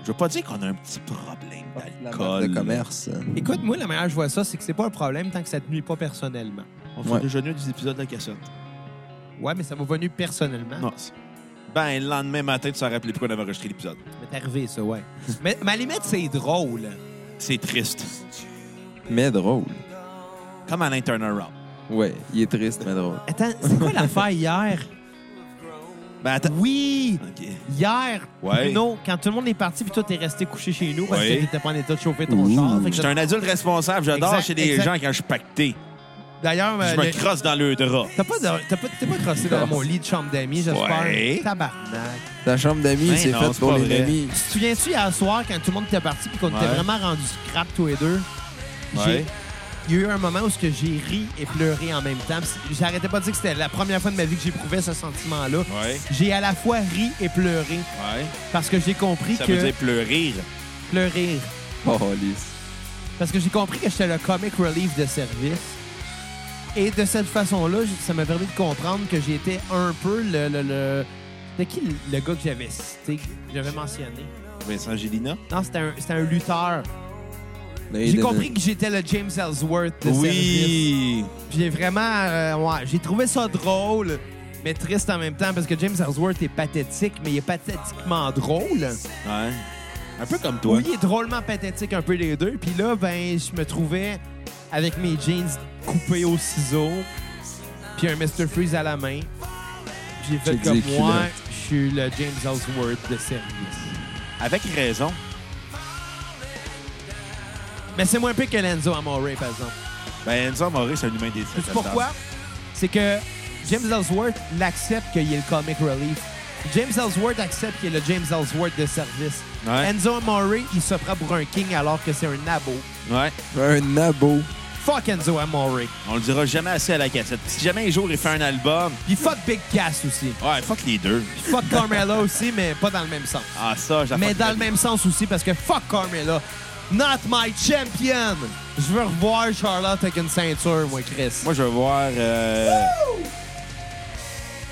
A: Je veux pas dire qu'on a un petit problème
C: La marque
A: d'alcool.
C: de commerce.
B: Écoute, moi, la manière que je vois ça, c'est que c'est pas un problème tant que ça te nuit pas personnellement.
A: On fait
C: Ouais.
A: déjà nu des épisodes de la cassette.
B: Ouais, mais ça m'a venu personnellement.
A: Non. c'est- Ben, le lendemain matin, tu t'en rappelais plus qu'on avait enregistré l'épisode.
B: Mais t'es arrivé, ça, ouais. mais, mais à la limite, c'est drôle.
A: C'est triste.
C: Mais drôle.
A: Comme Alain Turner Rob.
C: Ouais, il est triste, mais drôle.
B: Attends, c'est quoi l'affaire hier?
A: <laughs> Ben, attends.
B: Oui!
A: OK.
B: Hier,
A: Ouais.
B: Bruno, quand tout le monde est parti, puis toi, t'es resté couché chez nous parce
A: Ouais.
B: que t'étais pas en état de chauffer ton
C: Ouh.
B: char. Fait que
A: J'étais un adulte responsable. J'adore
B: Exact,
A: chez les
B: exact.
A: gens quand je suis pacté.
B: D'ailleurs, euh,
A: Je me
B: le-
A: crosse dans le drap.
B: t'as pas, de- t'as pas, t'es pas crossé dans mon lit de chambre d'amis, j'espère.
A: Ouais.
B: Tabarnak.
C: Ta chambre d'amis,
A: Ben
C: c'est
A: non,
C: faite
A: c'est
C: pour
A: pas
C: les
A: vrai.
C: amis.
B: Tu te souviens-tu hier soir, quand tout le monde était parti puis qu'on était
A: Ouais.
B: vraiment rendus scrap tous les deux? J'ai- Il y a eu un moment où ce que j'ai ri et pleuré en même temps. Puis c'est- J'arrêtais pas de dire que c'était la première fois de ma vie que j'éprouvais ce sentiment-là.
A: Ouais.
B: J'ai à la fois ri et pleuré
A: Ouais.
B: parce que j'ai compris
A: Ça
B: que
A: veut dire pleurer.
B: pleurer.
C: Oh, lisse.
B: Parce que j'ai compris que j'étais le comic relief de service. Et de cette façon-là, j- ça m'a permis de comprendre que j'étais un peu le. le, le... C'était qui le, le gars que j'avais cité, que j'avais mentionné?
A: Vincent Gélina.
B: Non, c'était un, c'était un lutteur.
C: Là, il
B: J'ai
C: donne-
B: compris que j'étais le James Ellsworth de service.
A: Oui.
B: Puis J'ai vraiment. euh, ouais, j'ai trouvé ça drôle, mais triste en même temps, parce que James Ellsworth est pathétique, mais il est pathétiquement drôle.
A: Ouais. Un peu comme toi.
B: Oui, il est drôlement pathétique, un peu les deux. Puis là, ben, je me trouvais avec mes jeans coupés au ciseau, puis un Mr. Freeze à la main. J'ai fait
C: Check
B: comme
C: des
B: moi,
C: culottes.
B: je suis le James Ellsworth de service.
A: Avec raison.
B: Mais c'est moins pire que Lenzo Amore, par exemple.
A: Ben, Enzo Morris, c'est un humain décent.
B: Sais-tu pourquoi? C'est que James Ellsworth l'accepte qu'il est le comic relief. James Ellsworth accepte qu'il est le James Ellsworth de service.
A: Ouais.
B: Enzo Amore, il se prend pour un king alors que c'est un nabo.
A: Ouais.
C: Un nabo.
B: Fuck Enzo Amore.
A: On le dira jamais assez à la cassette. Si jamais un jour il fait un album,
B: Puis fuck Big Cass aussi.
A: ouais, fuck les deux.
B: Puis fuck Carmella aussi, mais pas dans le même sens.
A: Ah, ça, j'apporte.
B: Mais dans le même sens aussi, parce que fuck Carmella. Not my champion! Je veux revoir Charlotte avec une ceinture, moi, Chris.
A: Moi, je veux voir. euh,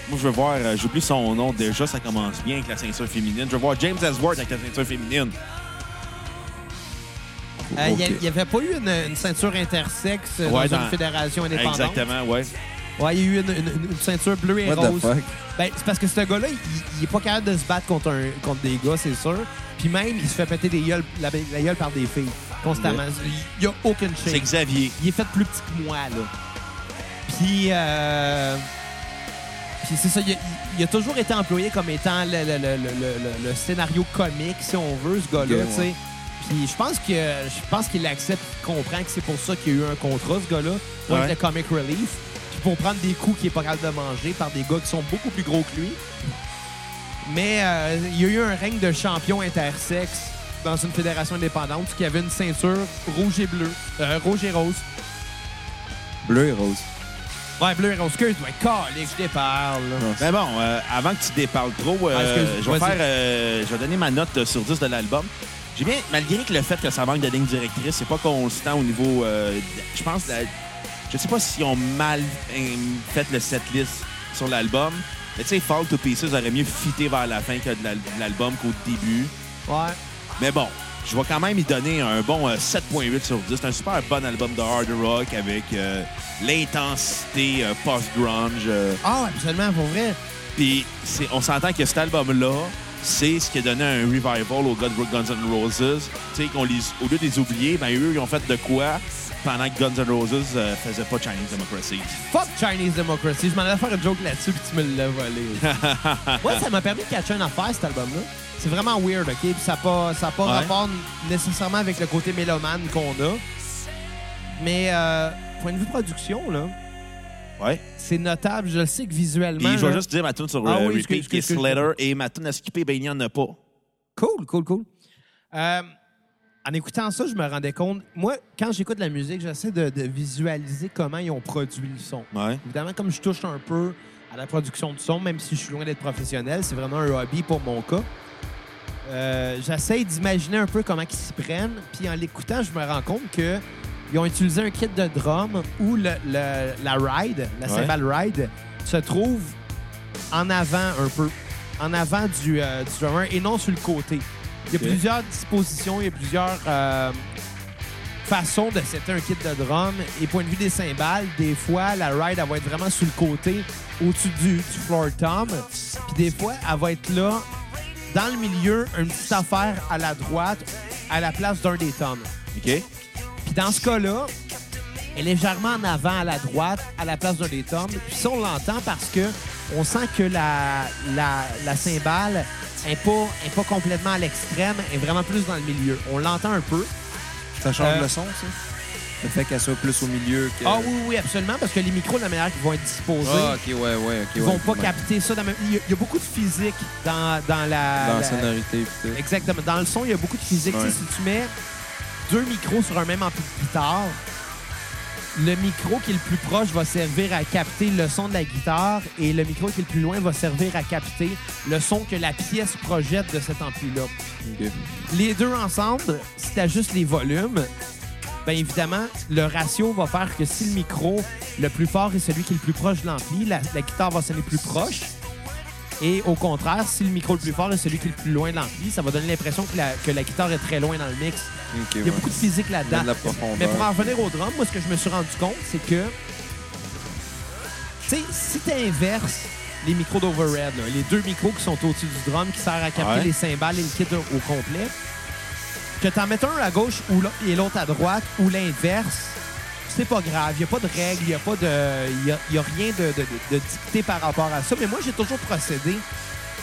A: Moi, je veux voir. euh, J'oublie son nom déjà, ça commence bien avec la ceinture féminine. Je veux voir James Ellsworth avec la ceinture féminine.
B: Euh, Il n'y
C: Ok.
B: avait pas eu une, une ceinture intersexe euh, dans
A: Ouais,
B: une
A: dans-
B: fédération indépendante.
A: Exactement, ouais.
B: Ouais, il y a eu une, une- une ceinture bleue et
C: What the
B: rose.
C: fuck?
B: Ben, c'est parce que ce gars-là, il, il est pas capable de se battre contre, un- contre des gars, c'est sûr. Puis même, il se fait péter des gueules, la, la gueule par des filles, constamment. Il n'y a aucune
A: C'est
B: chaîne.
A: Xavier.
B: Il est fait plus petit que moi, là. Puis, euh, puis c'est ça, il a, il a toujours été employé comme étant le, le- le- le- le- le scénario comique, si on veut, ce gars-là,
C: Ok,
B: tu sais.
C: ouais.
B: Puis je pense que je pense qu'il accepte, qu'il comprend que c'est pour ça qu'il y a eu un contrat, ce gars-là, pour
A: Ouais.
B: être le comic relief, puis pour prendre des coups qu'il est pas capable de manger par des gars qui sont beaucoup plus gros que lui. Mais euh, il y a eu un règne de champion intersexe dans une fédération indépendante qui avait une ceinture rouge et bleue, euh, rouge et rose.
C: Bleu et rose.
B: Ouais, bleu et rose. Excuse, mais calé, je déparle. là.
C: Non,
A: Mais bon, euh, avant que tu déparles trop, euh,
B: Ah, excuse,
A: je vais
B: vas-y.
A: faire, euh, je vais donner ma note euh, sur 10 de l'album. J'ai bien, malgré que le fait que ça manque de ligne directrice, c'est pas constant au niveau, euh, de- je pense, de la- Je sais pas s'ils ont mal euh, fait le setlist sur l'album, mais tu sais, Fall to Pieces aurait mieux fité vers la fin que de l'al- de l'album qu'au début.
B: Ouais.
A: Mais bon, je vais quand même y donner un bon euh, 7.8 sur 10. C'est un super bon album de hard rock avec euh, l'intensité euh, post-grunge. euh,
B: Ah, absolument, pour vrai.
A: Puis c'est- on s'entend que cet album-là, c'est ce qui a donné un revival aux Guns Guns N' Roses. Tu sais, qu'on les, au lieu de les oublier, ben eux, ils ont fait de quoi pendant que Guns N' Roses euh, faisait pas Chinese Democracy.
B: Fuck Chinese Democracy. Je m'en allais faire une joke là-dessus, puis tu me l'as volé.
A: <laughs>
B: ouais, ça m'a permis de catcher une affaire, cet album-là. C'est vraiment weird, OK? Puis ça n'a pas, ça a pas
A: Ouais.
B: rapport nécessairement avec le côté mélomane qu'on a. Mais, euh, point de vue production, là,
A: Ouais.
B: c'est notable. Je le sais que visuellement...
A: Puis je vais
B: là-
A: juste dire ma tune sur
B: Ben, Ah
A: euh,
B: oui, excuse-
A: repeat, qui est
B: excuse- excuse-
A: Slater, et ma tune à skipper, ben il n'y en a pas.
B: Cool, cool, cool. Euh, en écoutant ça, je me rendais compte... Moi, quand j'écoute la musique, j'essaie de, de visualiser comment ils ont produit le son.
A: Ouais.
B: Évidemment, comme je touche un peu à la production de son, même si je suis loin d'être professionnel, c'est vraiment un hobby pour mon cas. Euh, J'essaie d'imaginer un peu comment ils s'y prennent, puis en l'écoutant, je me rends compte que ils ont utilisé un kit de drum où le- le- la ride, la
A: Ouais.
B: cymbale ride, se trouve en avant un peu, en avant du, euh, du drummer et non sur le côté. Il y a
A: Ok.
B: plusieurs dispositions, il y a plusieurs euh, façon de setter un kit de drum. Et point de vue des cymbales, des fois, la ride, elle va être vraiment sur le côté, au-dessus du, du floor tom. Puis des fois, elle va être là, dans le milieu, une petite affaire à la droite, à la place d'un des toms.
A: OK?
B: Puis dans ce cas-là, elle est légèrement en avant à la droite, à la place d'un des tomes. Puis ça, on l'entend parce que on sent que la, la, la cymbale n'est pas, est pas complètement à l'extrême, elle est vraiment plus dans le milieu. On l'entend un peu.
C: Ça change
B: Euh,
C: le son, ça? Le fait qu'elle soit plus au milieu que...
B: Ah oui, oui, absolument, parce que les micros, de la manière qu'ils vont être disposés,
C: Ah, OK, ouais, ouais, OK,
B: ils
C: ouais,
B: vont pas
C: ouais.
B: capter ça. dans la même- Il y, a- il y a beaucoup de physique dans, dans la...
C: Dans
B: la-
C: la sonorité, pis tout.
B: Exactement. Dans le son, il y a beaucoup de physique. Tu sais,
C: Ouais.
B: Si tu mets deux micros sur un même ampli de guitare, le micro qui est le plus proche va servir à capter le son de la guitare et le micro qui est le plus loin va servir à capter le son que la pièce projette de cet ampli-là.
C: Ok.
B: Les deux ensemble, si tu juste les volumes, bien évidemment, le ratio va faire que si le micro le plus fort est celui qui est le plus proche de l'ampli, la, la guitare va sonner plus proche. Et au contraire, si le micro le plus fort est celui qui est le plus loin de l'ampli, ça va donner l'impression que la, que la guitare est très loin dans le mix.
C: Ok,
B: Il y a
C: ouais.
B: beaucoup de physique
C: Il y a
B: là-dedans.
C: de la profondeur.
B: Mais pour en revenir au drum, moi, ce que je me suis rendu compte, c'est que, tu sais, si tu inverses les micros d'overhead, là, les deux micros qui sont au-dessus du drum qui servent à capter
A: Ouais.
B: les cymbales et le kit au complet, que t'en mettes un à gauche ou l'autre- et l'autre à droite ou l'inverse, c'est pas grave. Il n'y a pas de règle, il n'y a pas de. Il y a, il y a rien de, de- de- de dicté par rapport à ça. Mais moi, j'ai toujours procédé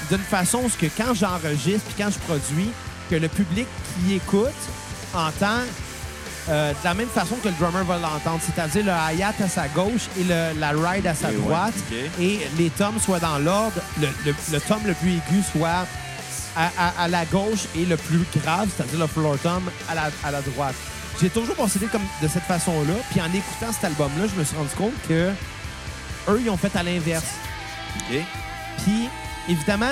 B: d'une façon où ce que quand j'enregistre puis quand je produis, que le public qui écoute entend euh, de la même façon que le drummer va l'entendre, c'est-à-dire le hi-hat à sa gauche et le- la ride à sa
A: Et ouais,
B: droite,
A: ok.
B: et les toms soient dans l'ordre, le, le, le tom le plus aigu soit à, à- à la gauche et le plus grave, c'est-à-dire le floor tom à la, à la droite. J'ai toujours procédé comme de cette façon-là, puis en écoutant cet album-là, je me suis rendu compte que eux, ils ont fait à l'inverse.
A: OK?
B: Puis, évidemment,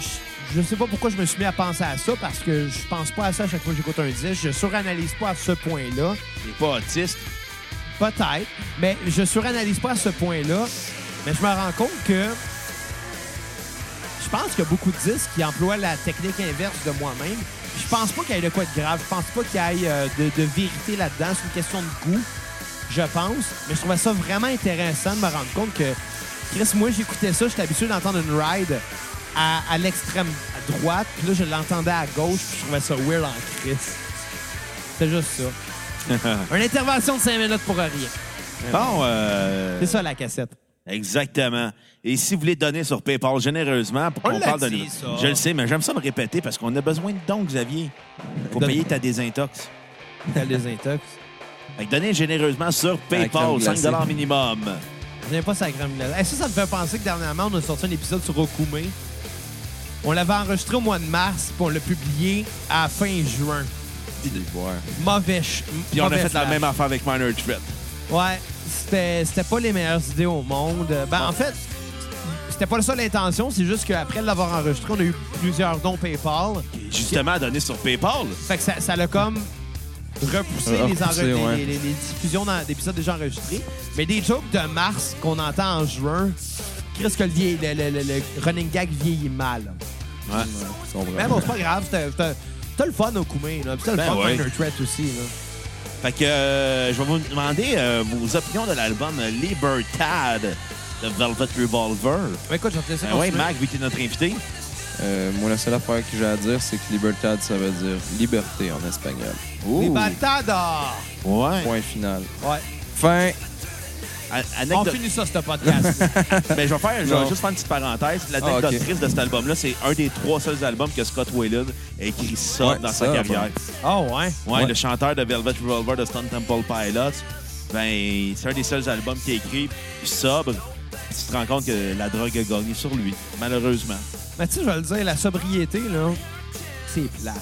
B: je- je sais pas pourquoi je me suis mis à penser à ça, parce que je pense pas à ça à chaque fois que j'écoute un disque. Je suranalyse pas à ce point-là.
A: T'es pas autiste.
B: Peut-être, mais je suranalyse pas à ce point-là. Mais je me rends compte que je pense qu'il y a beaucoup de disques qui emploient la technique inverse de moi-même. Je pense pas qu'il y ait de quoi de grave. Je pense pas qu'il y ait euh, de, de vérité là-dedans. C'est une question de goût, je pense. Mais je trouvais ça vraiment intéressant de me rendre compte que, Chris, moi, j'écoutais ça. J'étais habitué d'entendre une ride à, à l'extrême droite. Puis là, je l'entendais à gauche. Puis je trouvais ça weird en Chris. C'était juste ça. une intervention de 5 minutes pour rien. Ben
A: Bon, euh,
B: C'est ça, la cassette.
A: Exactement. Et si vous voulez donner sur PayPal généreusement pour
B: On
A: qu'on
B: l'a
A: parle de
B: dit, ça.
A: Je le sais, mais j'aime ça me répéter parce qu'on a besoin de dons, Xavier, pour
B: Donne-
A: payer ta désintox.
B: T'as les intox.
A: Fait que donnez généreusement sur
C: crème
A: PayPal, 5
C: glacée.
A: minimum.
B: J'aime pas sa crème glacée. Hey, ça, ça me fait penser que dernièrement, on a sorti un épisode sur Okume. On l'avait enregistré au mois de mars, puis on l'a publié à fin juin. Mauvais ch...
A: Puis on a
B: mauvais
A: fait la
B: flash.
A: même affaire avec Minor Threat.
B: Ouais, c'était c'était pas les meilleures idées au monde. Ben, en fait, c'était pas ça l'intention, c'est juste qu'après l'avoir enregistré, on a eu plusieurs dons PayPal.
A: Justement, donner sur PayPal.
B: Fait que ça, ça l'a comme repousser
A: Euh,
C: Ah,
B: les, enre-
C: repousser, ouais.
B: les- les- les diffusions d'en- d'épisodes déjà enregistrés. Mais des jokes de mars qu'on entend en juin, Chris que le, vieil- le- le- le- le running gag vieillit mal.
A: Ouais.
C: Ils sont
B: Mais
C: vraiment-
B: bon, c'est pas grave, c'était- c'était c'était le fun au Koumé, là. Puis c'était le
A: Ben
B: fun
A: ouais.
B: Minor Threat aussi, là.
A: Fait que euh, je vais vous demander euh, vos opinions de l'album Libertad de Velvet Revolver.
B: Ben écoute, je vais te laisser
A: Ah ouais,
B: continuer.
A: Mac, vu que t'es notre invité.
C: Euh, moi, la seule affaire que j'ai à dire, c'est que Libertad, ça veut dire liberté en espagnol.
B: Les
A: Ouh.
B: batadas!
A: Ouais.
C: Point final.
B: Ouais.
C: Fin.
A: A-
B: On
A: anecdote-
B: finit ça, ce
A: <laughs>
B: podcast.
A: Ben, je vais faire, je vais
C: Non.
A: juste faire une petite parenthèse. L'anecdote
C: Ah, ok.
A: triste de cet album-là, c'est un des trois seuls albums que Scott Whelan a écrit ça
C: Ouais,
A: dans sa
C: ça,
A: carrière.
B: oh, ouais.
A: Ouais,
C: Ouais.
A: le chanteur de Velvet Revolver de Stone Temple Pilots, ben, c'est un des seuls albums qu'il a écrit, puis sobre. puis Tu te rends compte que la drogue a gagné sur lui, malheureusement.
B: Mais tu sais, je vais le dire, la sobriété, là, c'est plate.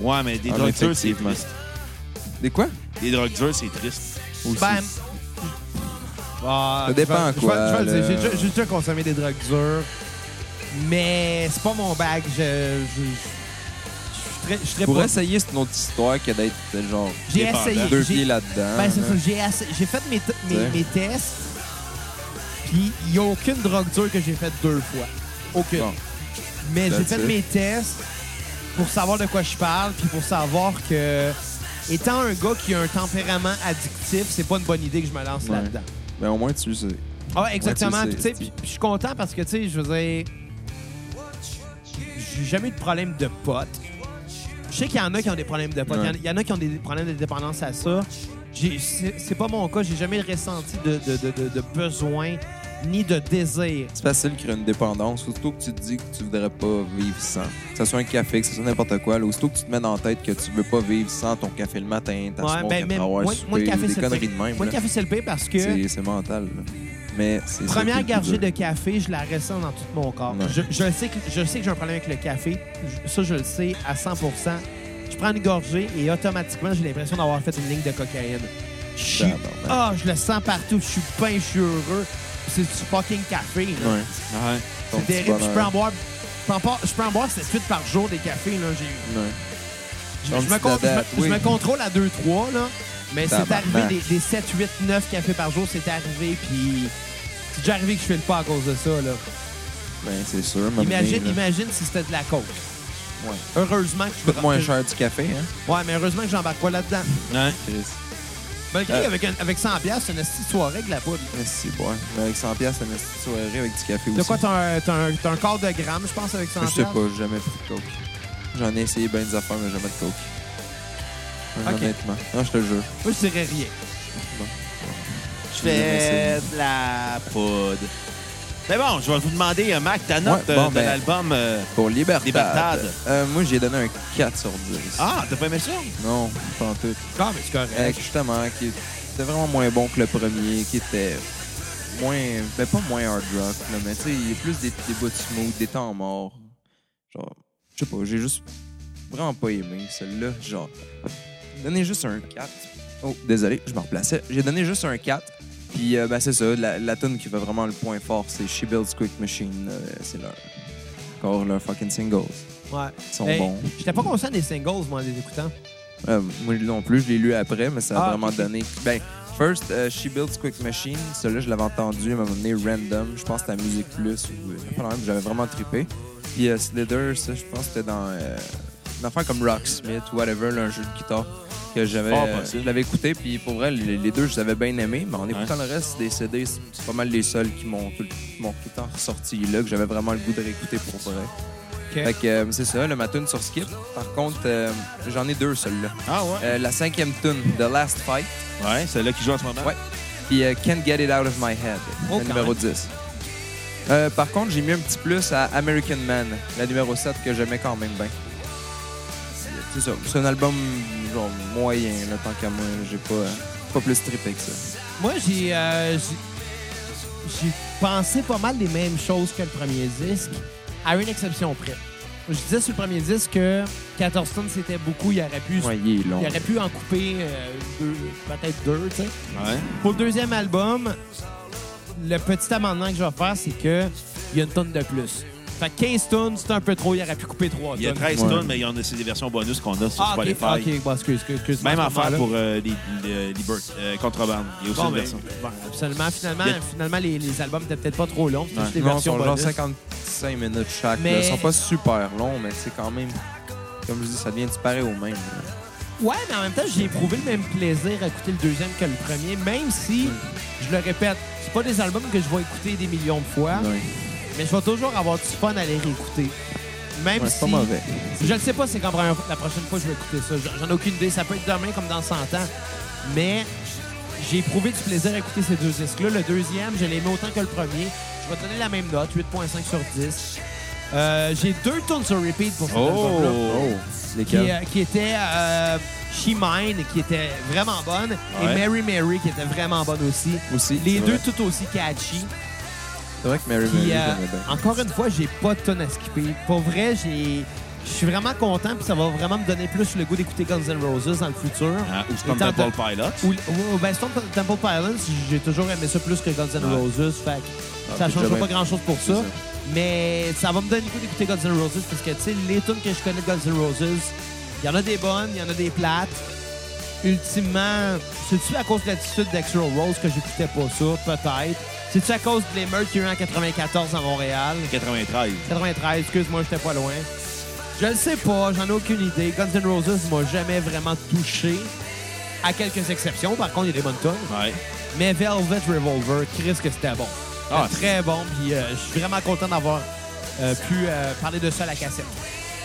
A: Ouais, mais des
C: Ah,
A: drogues
C: mais
A: dures, c'est
C: effectivement.
A: triste.
C: Des quoi?
A: Des drogues dures, c'est triste.
C: Aussi.
B: Ben, Ah,
C: Ça dépend
B: je vais-
C: quoi,
B: Je vais, je vais le
C: là.
B: dire, j'ai déjà- j'ai déjà consommé des drogues dures, mais c'est pas mon bag. Je, je, je, je, je, serais- je serais
C: Pour
B: pas-
C: essayer, c'est une autre histoire que d'être euh, genre
B: J'ai
A: dépendant.
B: essayé.
C: deux
B: j'ai-
C: pieds là-dedans.
B: ben, c'est
C: là.
B: ça, j'ai essa- J'ai fait mes, t- mes,
C: Ouais.
B: mes tests, puis il n'y a aucune drogue dure que j'ai faite deux fois. Aucune.
C: Bon.
B: Mais j'ai
C: That's
B: fait
C: it.
B: mes tests pour savoir de quoi je parle, puis pour savoir que, étant un gars qui a un tempérament addictif, c'est pas une bonne idée que je me lance
C: Ouais.
B: là-dedans.
C: Ben, au moins, tu le sais.
B: Ah ouais, exactement.
C: Ouais, tu
B: Puis,
C: sais,
B: tu sais,
C: c'est-
B: puis- puis je suis content parce que, tu sais, je veux dire, j'ai jamais eu de problème de potes. Je sais qu'il y en a qui ont des problèmes de potes.
C: Ouais.
B: Il y en- Il y en a qui ont des problèmes de dépendance à ça. J'ai- C'est c'est pas mon cas. J'ai jamais ressenti de, de- de- de- de besoin ni de désir.
C: C'est facile de créer une dépendance, aussitôt que tu te dis que tu voudrais pas vivre sans. Que ce soit un café, que ce soit n'importe quoi, là, aussitôt que tu te mets dans la tête que tu veux pas vivre sans ton café le matin, ta
B: Ouais,
C: smoke,
B: ben,
C: après
B: mais
C: avoir
B: moi- moi, le
C: souper,
B: café,
C: des
B: c'est
C: conneries de même.
B: Moi, le
C: là.
B: café, c'est le pire parce que
C: C'est c'est mental. là. Mais c'est ça qui
B: première
C: est
B: gorgée
C: dur.
B: de café, je la ressens dans tout mon corps.
C: Ouais.
B: Je, je sais que, je sais que j'ai un problème avec le café. Je- ça, je le sais à 100 Je prends une gorgée et automatiquement, j'ai l'impression d'avoir fait une ligne de cocaïne. Je suis-
C: Tabarnak.
B: Ah, je le sens partout. Je suis bien, je suis heureux. Puis C'est du fucking café. là.
C: Ouais.
A: Ouais.
C: Ton
B: C'est
C: petit
B: terrible. Je peux en
C: bonheur.
B: boire. Je peux en, boire- je peux en boire 7-8 par jour des cafés. Là. J'ai-
C: Ouais.
B: Je,
C: Ton
B: je me,
C: petit
B: con- je me-
C: dada,
B: je
C: oui.
B: me contrôle à 2-3, là. Mais c'est
C: Tabarnak.
B: arrivé des, des 7, 8, 9 cafés par jour, c'est arrivé, puis c'est déjà arrivé que je fais le pas à cause de ça, là.
C: Ben, c'est sûr.
B: Imagine,
C: maintenant, là.
B: imagine si c'était de la coke.
C: Ouais.
B: Heureusement que je
C: Coûte moins cher du café, hein?
B: Ouais, mais heureusement que j'embarque pas là-dedans.
A: Ouais.
C: Chris.
B: Malgré
C: Euh.
B: avec, un- avec 100 pièces, c'est une petite soirée que la poudre.
C: Merci, boy. Mais avec 100$, piastres, une petite soirée avec du café
B: De
C: aussi.
B: quoi t'as un, t'as un, t'as un quart de gramme, je pense, avec 100
C: Je sais pas, j'ai jamais pris de coke. J'en ai essayé bien des affaires, mais jamais de coke.
B: Ok.
C: Honnêtement. Non, je te le jure.
B: Moi, je dirais rien.
A: Je
C: J'ai jamais
A: fais
C: essayé.
A: de la poudre. Mais Ben bon, je vais vous demander, euh, Mac, ta note
C: Ouais,
A: euh,
C: bon,
A: de
C: ben-
A: l'album. euh,
C: Pour Libertad.
A: Libertad.
C: euh, moi, j'ai donné un 4 sur 10.
A: Ah, t'as pas aimé ça?
C: Non, pas en tout.
B: Ah, mais c'est
C: Euh,
B: correct.
C: justement, qui était vraiment moins bon que le premier, qui était moins. Ben, pas moins hard rock, là, mais tu sais, il y a plus des, des bouts de smooth, des temps morts. Genre, je sais pas, j'ai juste vraiment pas aimé celui-là. Genre, donné juste un 4. Oh, désolé, je me replaçais. J'ai donné juste un 4. Puis, euh, ben, c'est ça, la, la tune qui fait vraiment le point fort, c'est She Builds Quick Machine. euh, c'est leur. Encore leur fucking singles.
B: Ouais.
C: Ils sont
B: Hey,
C: bons.
B: J'étais pas conscient des singles, moi, en les écoutant.
C: Euh, moi non plus, je l'ai lu après, mais ça a
B: Ah,
C: vraiment
B: ok.
C: donné. Ben, first, euh, She Builds Quick Machine, celui-là, je l'avais entendu, il m'a donné random, je pense que c'était à Musique Plus, ou euh, pas la même, j'avais vraiment trippé. Puis euh, Slither, ça, je pense que c'était dans euh, une affaire comme Rocksmith ou whatever, là, un jeu de guitare que j'avais.
A: Ah,
C: euh,
A: possible.
C: je l'avais écouté, puis pour vrai, les, les deux, je les avais bien aimés, mais en
A: Ouais.
C: écoutant le reste des CD, c'est c'est pas mal les seuls qui m'ont tout, qui m'ont tout le temps ressorti là, que j'avais vraiment le goût de réécouter pour vrai. Fait que euh, c'est ça, le ma tune sur Skip. Par contre, euh, j'en ai deux, celui-là.
A: Ah ouais?
C: Euh, la cinquième tune, The Last Fight,
A: Euh, Ouais, c'est là qui joue en ce moment.
C: Ouais. puis euh, Can't Get It Out of My Head,
B: Oh,
C: la
B: quand
C: numéro 10. Euh, par contre, j'ai mis un petit plus à American Man, la numéro 7 que j'aimais quand même bien. C'est ça, c'est un album genre moyen, là, tant qu'à moi, j'ai pas, euh, pas plus trippé que ça.
B: Moi, j'ai. euh, j'ai- j'ai pensé pas mal les mêmes choses que le premier disque, à une exception près. Je disais sur le premier disque que 14 tonnes, c'était beaucoup. Il aurait pu,
C: Ouais, il est long.
B: il aurait pu en couper euh, deux, peut-être deux, tu sais.
A: Ouais.
B: Pour le deuxième album, le petit amendement que je vais faire, c'est que il y a une tonne de plus. Fait que 15 tunes, c'est un peu trop. Il aurait pu couper 3
A: Il y a
B: tunes.
A: 13
C: Ouais.
A: tonnes, mais il y en a, c'est des versions bonus qu'on a sur
B: Ah, ok,
A: Spotify.
B: ok, bon, excuse, excuse, excuse,
A: Même
B: à ce
A: affaire
B: moment-là.
A: pour euh, les, les- les Bird- euh, Contrebande. Il y a aussi
B: Bon,
A: une
B: ben,
A: version.
B: bon, absolument. Finalement,
A: Il y a-
B: finalement les, les albums étaient peut-être pas trop longs. c'était juste les
C: Non, ils
B: versions
C: sont genre
B: bonus.
C: 55 minutes chaque. là.
B: Mais-
C: Ils sont pas super longs, mais c'est quand même. Comme je dis, ça devient disparu au même. là.
B: Ouais, mais en même temps, j'ai éprouvé le même plaisir à écouter le deuxième que le premier, même si, je le répète, c'est pas des albums que je vais écouter des millions de fois,
C: Ouais.
B: mais je vais toujours avoir du fun à les réécouter. Même
C: Ouais,
B: si.
C: c'est pas mauvais.
B: Je ne sais pas c'est quand la première fois- la prochaine fois que je vais écouter ça. J'en- J'en ai aucune idée. Ça peut être demain comme dans 100 ans. Mais j'ai éprouvé du plaisir à écouter ces deux disques-là. Le deuxième, je l'ai aimé autant que le premier. Je vais donner la même note, 8.5 sur 10. Euh, j'ai deux tunes sur repeat pour cet album-là.
A: Oh!
B: Qui,
C: Lesquels?
B: euh, qui était euh, She Mine, qui était vraiment bonne,
A: Ouais.
B: et Mary Mary, qui était vraiment bonne aussi.
C: Aussi.
B: euh, Les
C: c'est
B: deux
C: vrai.
B: tout aussi catchy.
C: C'est vrai que Mary Mary,
B: Puis, euh,
C: j'aimais bien.
B: encore une fois, j'ai pas de tonne à skipper. Pour vrai, j'ai. Je suis vraiment content, puis ça va vraiment me donner plus le goût d'écouter Guns N' Roses dans le futur.
A: Ah, ou c'est comme
B: Étant-
A: Temple Pilot.
B: Ou, ou- ben, Stone Temple Pilots, j'ai toujours aimé ça plus que Guns N'
A: Ouais.
B: Roses, fait que ça
C: c'est
B: changera
C: déjà
B: pas
C: bien.
B: grand-chose pour
C: C'est
B: ça. Mais ça va me donner le goût d'écouter Guns N' Roses, parce que, tu sais, les tunes que je connais de Guns N' Roses, il y en a des bonnes, il y en a des plates. Ultimement, c'est-tu à cause de l'attitude d'Axel Rose que j'écoutais pas ça? Peut-être. C'est-tu à cause des meurtres qu'il y a eu en 94 à Montréal?
A: 93.
B: 93, excuse-moi, j'étais pas loin. Je le sais pas, j'en ai aucune idée. Guns N' Roses m'a jamais vraiment touché. À quelques exceptions, par contre, il y a des bonnes tonnes.
A: Ouais.
B: Mais Velvet Revolver, Chris, que c'était bon.
A: Ah,
B: C'était très bon, puis euh, je suis vraiment content d'avoir euh, pu euh, parler de ça à la cassette.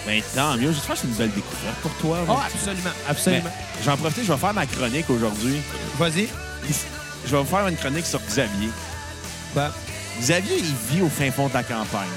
A: Ben, tant mieux. Je pense que c'est une belle découverte pour toi.
B: Oh,
A: Rick.
B: absolument,
A: Ah, Mais
B: absolument.
A: J'en profite, je vais faire ma chronique aujourd'hui.
B: Vas-y.
A: Je vais vous faire une chronique sur Xavier.
B: Ben,
A: Xavier, il vit au fin fond de la campagne.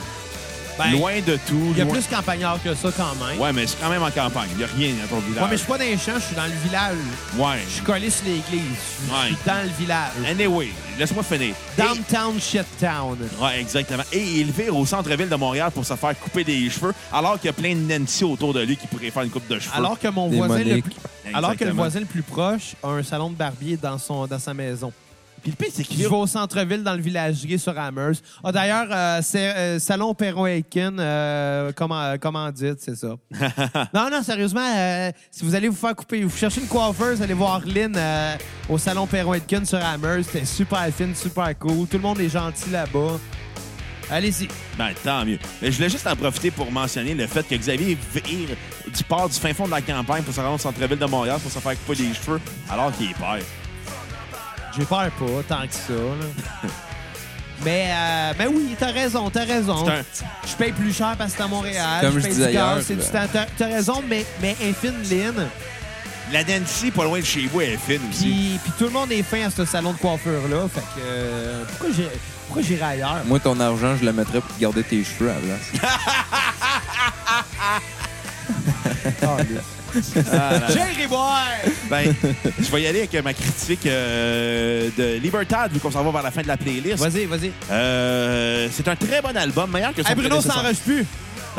B: ben,
A: loin de tout.
B: il y a
A: loin-
B: plus campagnard que ça quand même.
A: Ouais, mais c'est quand même en campagne. Il n'y a rien hein, dans ton
B: Ouais, mais je
A: village.
B: suis pas dans les champs, je suis dans le village.
A: Ouais.
B: Je suis collé sur l'église. Je suis
A: Ouais.
B: dans le village.
A: Anyway, laisse-moi finir. Et-
B: Downtown Shit Town.
A: Ouais, exactement. Et il vire au centre-ville de Montréal pour se faire couper des cheveux, alors qu'il y a plein de Nancy autour de lui qui pourraient faire une coupe de cheveux.
B: Alors que mon
C: Des
B: voisin le
C: Monique.
B: plus... Alors que le
A: Exactement.
B: voisin le plus proche a un salon de barbier dans, son, dans sa maison.
A: Puis le pire, c'est qu'il
B: Qui
A: vire
B: va au centre-ville dans le village gay sur Amherst. Ah, D'ailleurs, euh, c'est euh, Salon Perron Aiken, euh, comment, euh, comment dites, c'est ça. non, non, sérieusement, euh, si vous allez vous faire couper, vous cherchez une coiffeuse, allez voir Lynn euh, au Salon Perron Aiken sur Amherst. C'est super fine, super cool. Tout le monde est gentil là-bas. Allez-y.
A: Ben, tant mieux. Mais je voulais juste en profiter pour mentionner le fait que Xavier vire du port du fin fond de la campagne pour se rendre au centre-ville de Montréal pour se faire couper des cheveux, alors qu'il est père.
B: J'ai peur pas, tant que ça. là. Mais, euh, mais oui, t'as raison, t'as raison.
A: C'est un-
B: Je paye plus cher parce que c'est à Montréal.
C: Comme je
B: paye
C: disais
B: du gaz,
C: ailleurs,
B: c'est du
C: là.
B: temps. T'as- T'as raison, mais, mais infine ligne.
A: La Nancy, pas loin de chez vous, elle est fine aussi.
B: Puis, puis tout le monde est fin à ce salon de coiffure-là. Fait que euh, pourquoi j'ai- pourquoi j'irai ailleurs?
C: Moi, ton argent, je le mettrais pour garder tes cheveux à la place.
B: <laughs> J'irai voir!
A: Ah, Ben, je vais y aller avec ma critique euh, de Libertad, vu qu'on s'en va vers la fin de la playlist.
B: Vas-y, vas-y.
A: Euh, c'est un très bon album, meilleur que son
B: Hey, Bruno, ça
A: prédécesseur.
B: s'enregistre plus.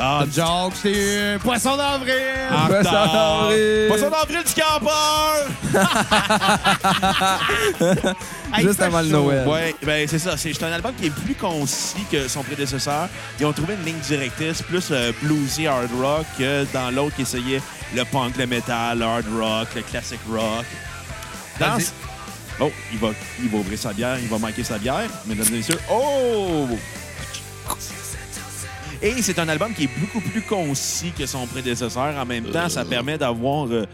A: Ah,
B: Bonne joke, c'est euh, Poisson d'avril!
A: En
C: Poisson
A: retard.
C: d'avril.
A: Poisson d'avril du campeur!
B: Hey,
C: Juste
B: il fait
C: avant le
B: chaud.
C: Noël.
A: Ouais, ben c'est ça. C'est c'est un album qui est plus concis que son prédécesseur. Ils ont trouvé une ligne directrice plus euh, bluesy hard rock que dans l'autre qui essayait le punk, le metal, le hard rock, le classic rock. Dans
B: Vas-y.
A: ce- Oh, il va, il va ouvrir sa bière, il va manquer sa bière, mesdames et messieurs. Oh! Et c'est un album qui est beaucoup plus concis que son prédécesseur. En même temps, ça permet d'avoir. euh,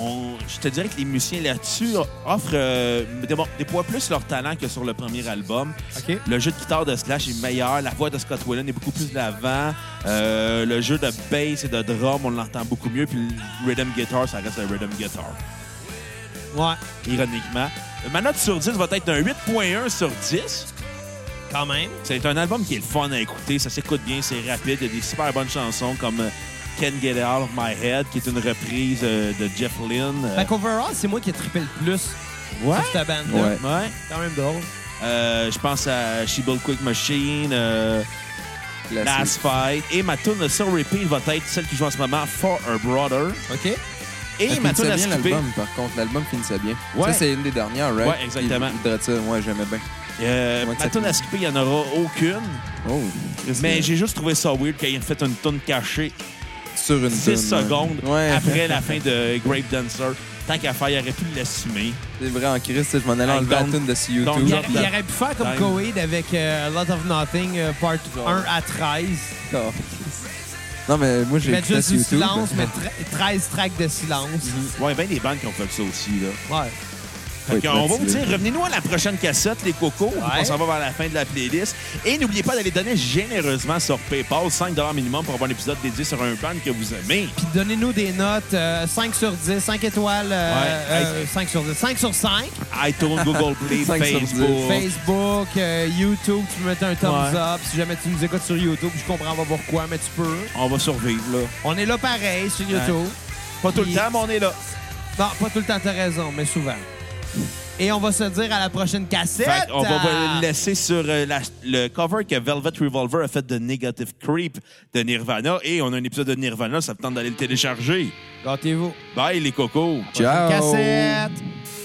A: on- je te dirais que les musiciens là-dessus offrent. euh, dévo- déploient plus leur talent que sur le premier album.
B: OK.
A: Le jeu de guitare de Slash est meilleur. La voix de Scott Whelan est beaucoup plus de l'avant. Euh, le jeu de bass et de drum, on l'entend beaucoup mieux. Puis le rhythm guitar, ça reste un rhythm guitar
B: Ouais,
A: ironiquement. Ma note sur 10 va être un 8.1 sur 10.
B: quand même.
A: C'est un album qui est le fun à écouter. Ça s'écoute bien, c'est rapide. Il y a des super bonnes chansons comme euh, Can't Get It Out of My Head, qui est une reprise euh, de Jeff Lynne. Euh,
B: Fait qu'overall, c'est moi qui ai trippé le plus
A: ouais.
B: sur cette bande-là.
C: Ouais.
A: Ouais.
B: quand même drôle.
A: Euh, je pense à She Built Quick Machine, euh, Last Fight. Et ma tune sur repeat va être celle qui joue en ce moment, For a Brother.
B: OK.
A: Et
C: Elle
A: ma tune
C: finissait
A: à
C: bien
A: skipper.
C: l'album, par contre. L'album finissait bien.
A: Ouais.
C: Ça, c'est une des dernières, right?
A: Ouais, exactement.
C: Il voudrait ça. Ouais, j'aimais bien.
A: Euh,
C: Ouais,
A: ma tune à skipper, il n'y en aura aucune.
C: Oh,
A: Mais j'ai juste trouvé ça weird qu'il ait fait une tonne cachée
C: sur une
A: 10
C: toune, ouais.
A: secondes
C: Ouais.
A: après la fin de Grape Dancer. Tant qu'à faire, il aurait pu l'assumer.
C: <laughs> C'est vrai, en Christ, je m'en allais
A: Hey,
C: enlever la
A: don't-
C: tune de sur
A: don't
C: YouTube.
B: Il,
A: Genre
B: aurait- il
A: de-
B: aurait pu faire comme
A: Dang.
B: Coheed avec euh, A Lot of Nothing, euh, part 1 à 13.
C: Oh, Non, mais moi, j'ai
B: Mettre
C: écouté
B: juste
C: sur
B: du
C: YouTube.
B: silence, mais tre- 13 tracks de silence.
A: Ouais, ben des bandes qui ont fait ça aussi. Là.
B: Ouais.
A: Fait
C: Oui, ben,
A: qu'on on va vous
C: motivé.
A: dire, revenez-nous à la prochaine cassette, les cocos. On s'en va vers la fin de la playlist. Et n'oubliez pas d'aller donner généreusement sur PayPal 5 minimum pour avoir un épisode dédié sur un band que vous
C: <laughs>
A: aimez.
B: Puis donnez-nous des notes euh, 5 sur 10, 5 étoiles, euh,
A: Ouais.
B: euh, 5 sur 10, 5 sur 5.
A: iTunes, Google Play,
C: Cinq sur
A: Facebook.
B: Facebook, euh, YouTube, tu peux mettre un thumbs
A: Ouais.
B: up. Si jamais tu nous écoutes sur YouTube, je comprends pas pourquoi, mais tu peux.
A: On va survivre, là.
B: On est là pareil sur YouTube.
A: Pas tout le
B: Puis-
A: temps, mais on est là.
B: Non, pas tout le temps, t'as raison, mais souvent. Et on va se dire à la prochaine cassette.
A: Fait qu'on va
B: Ah!
A: vous laisser sur euh, la- le cover que Velvet Revolver a fait de Negative Creep de Nirvana. Et on a un épisode de Nirvana, ça vous tente d'aller le télécharger.
B: Gâtez-vous.
A: Bye, les cocos!
C: Ciao!
B: Cassette.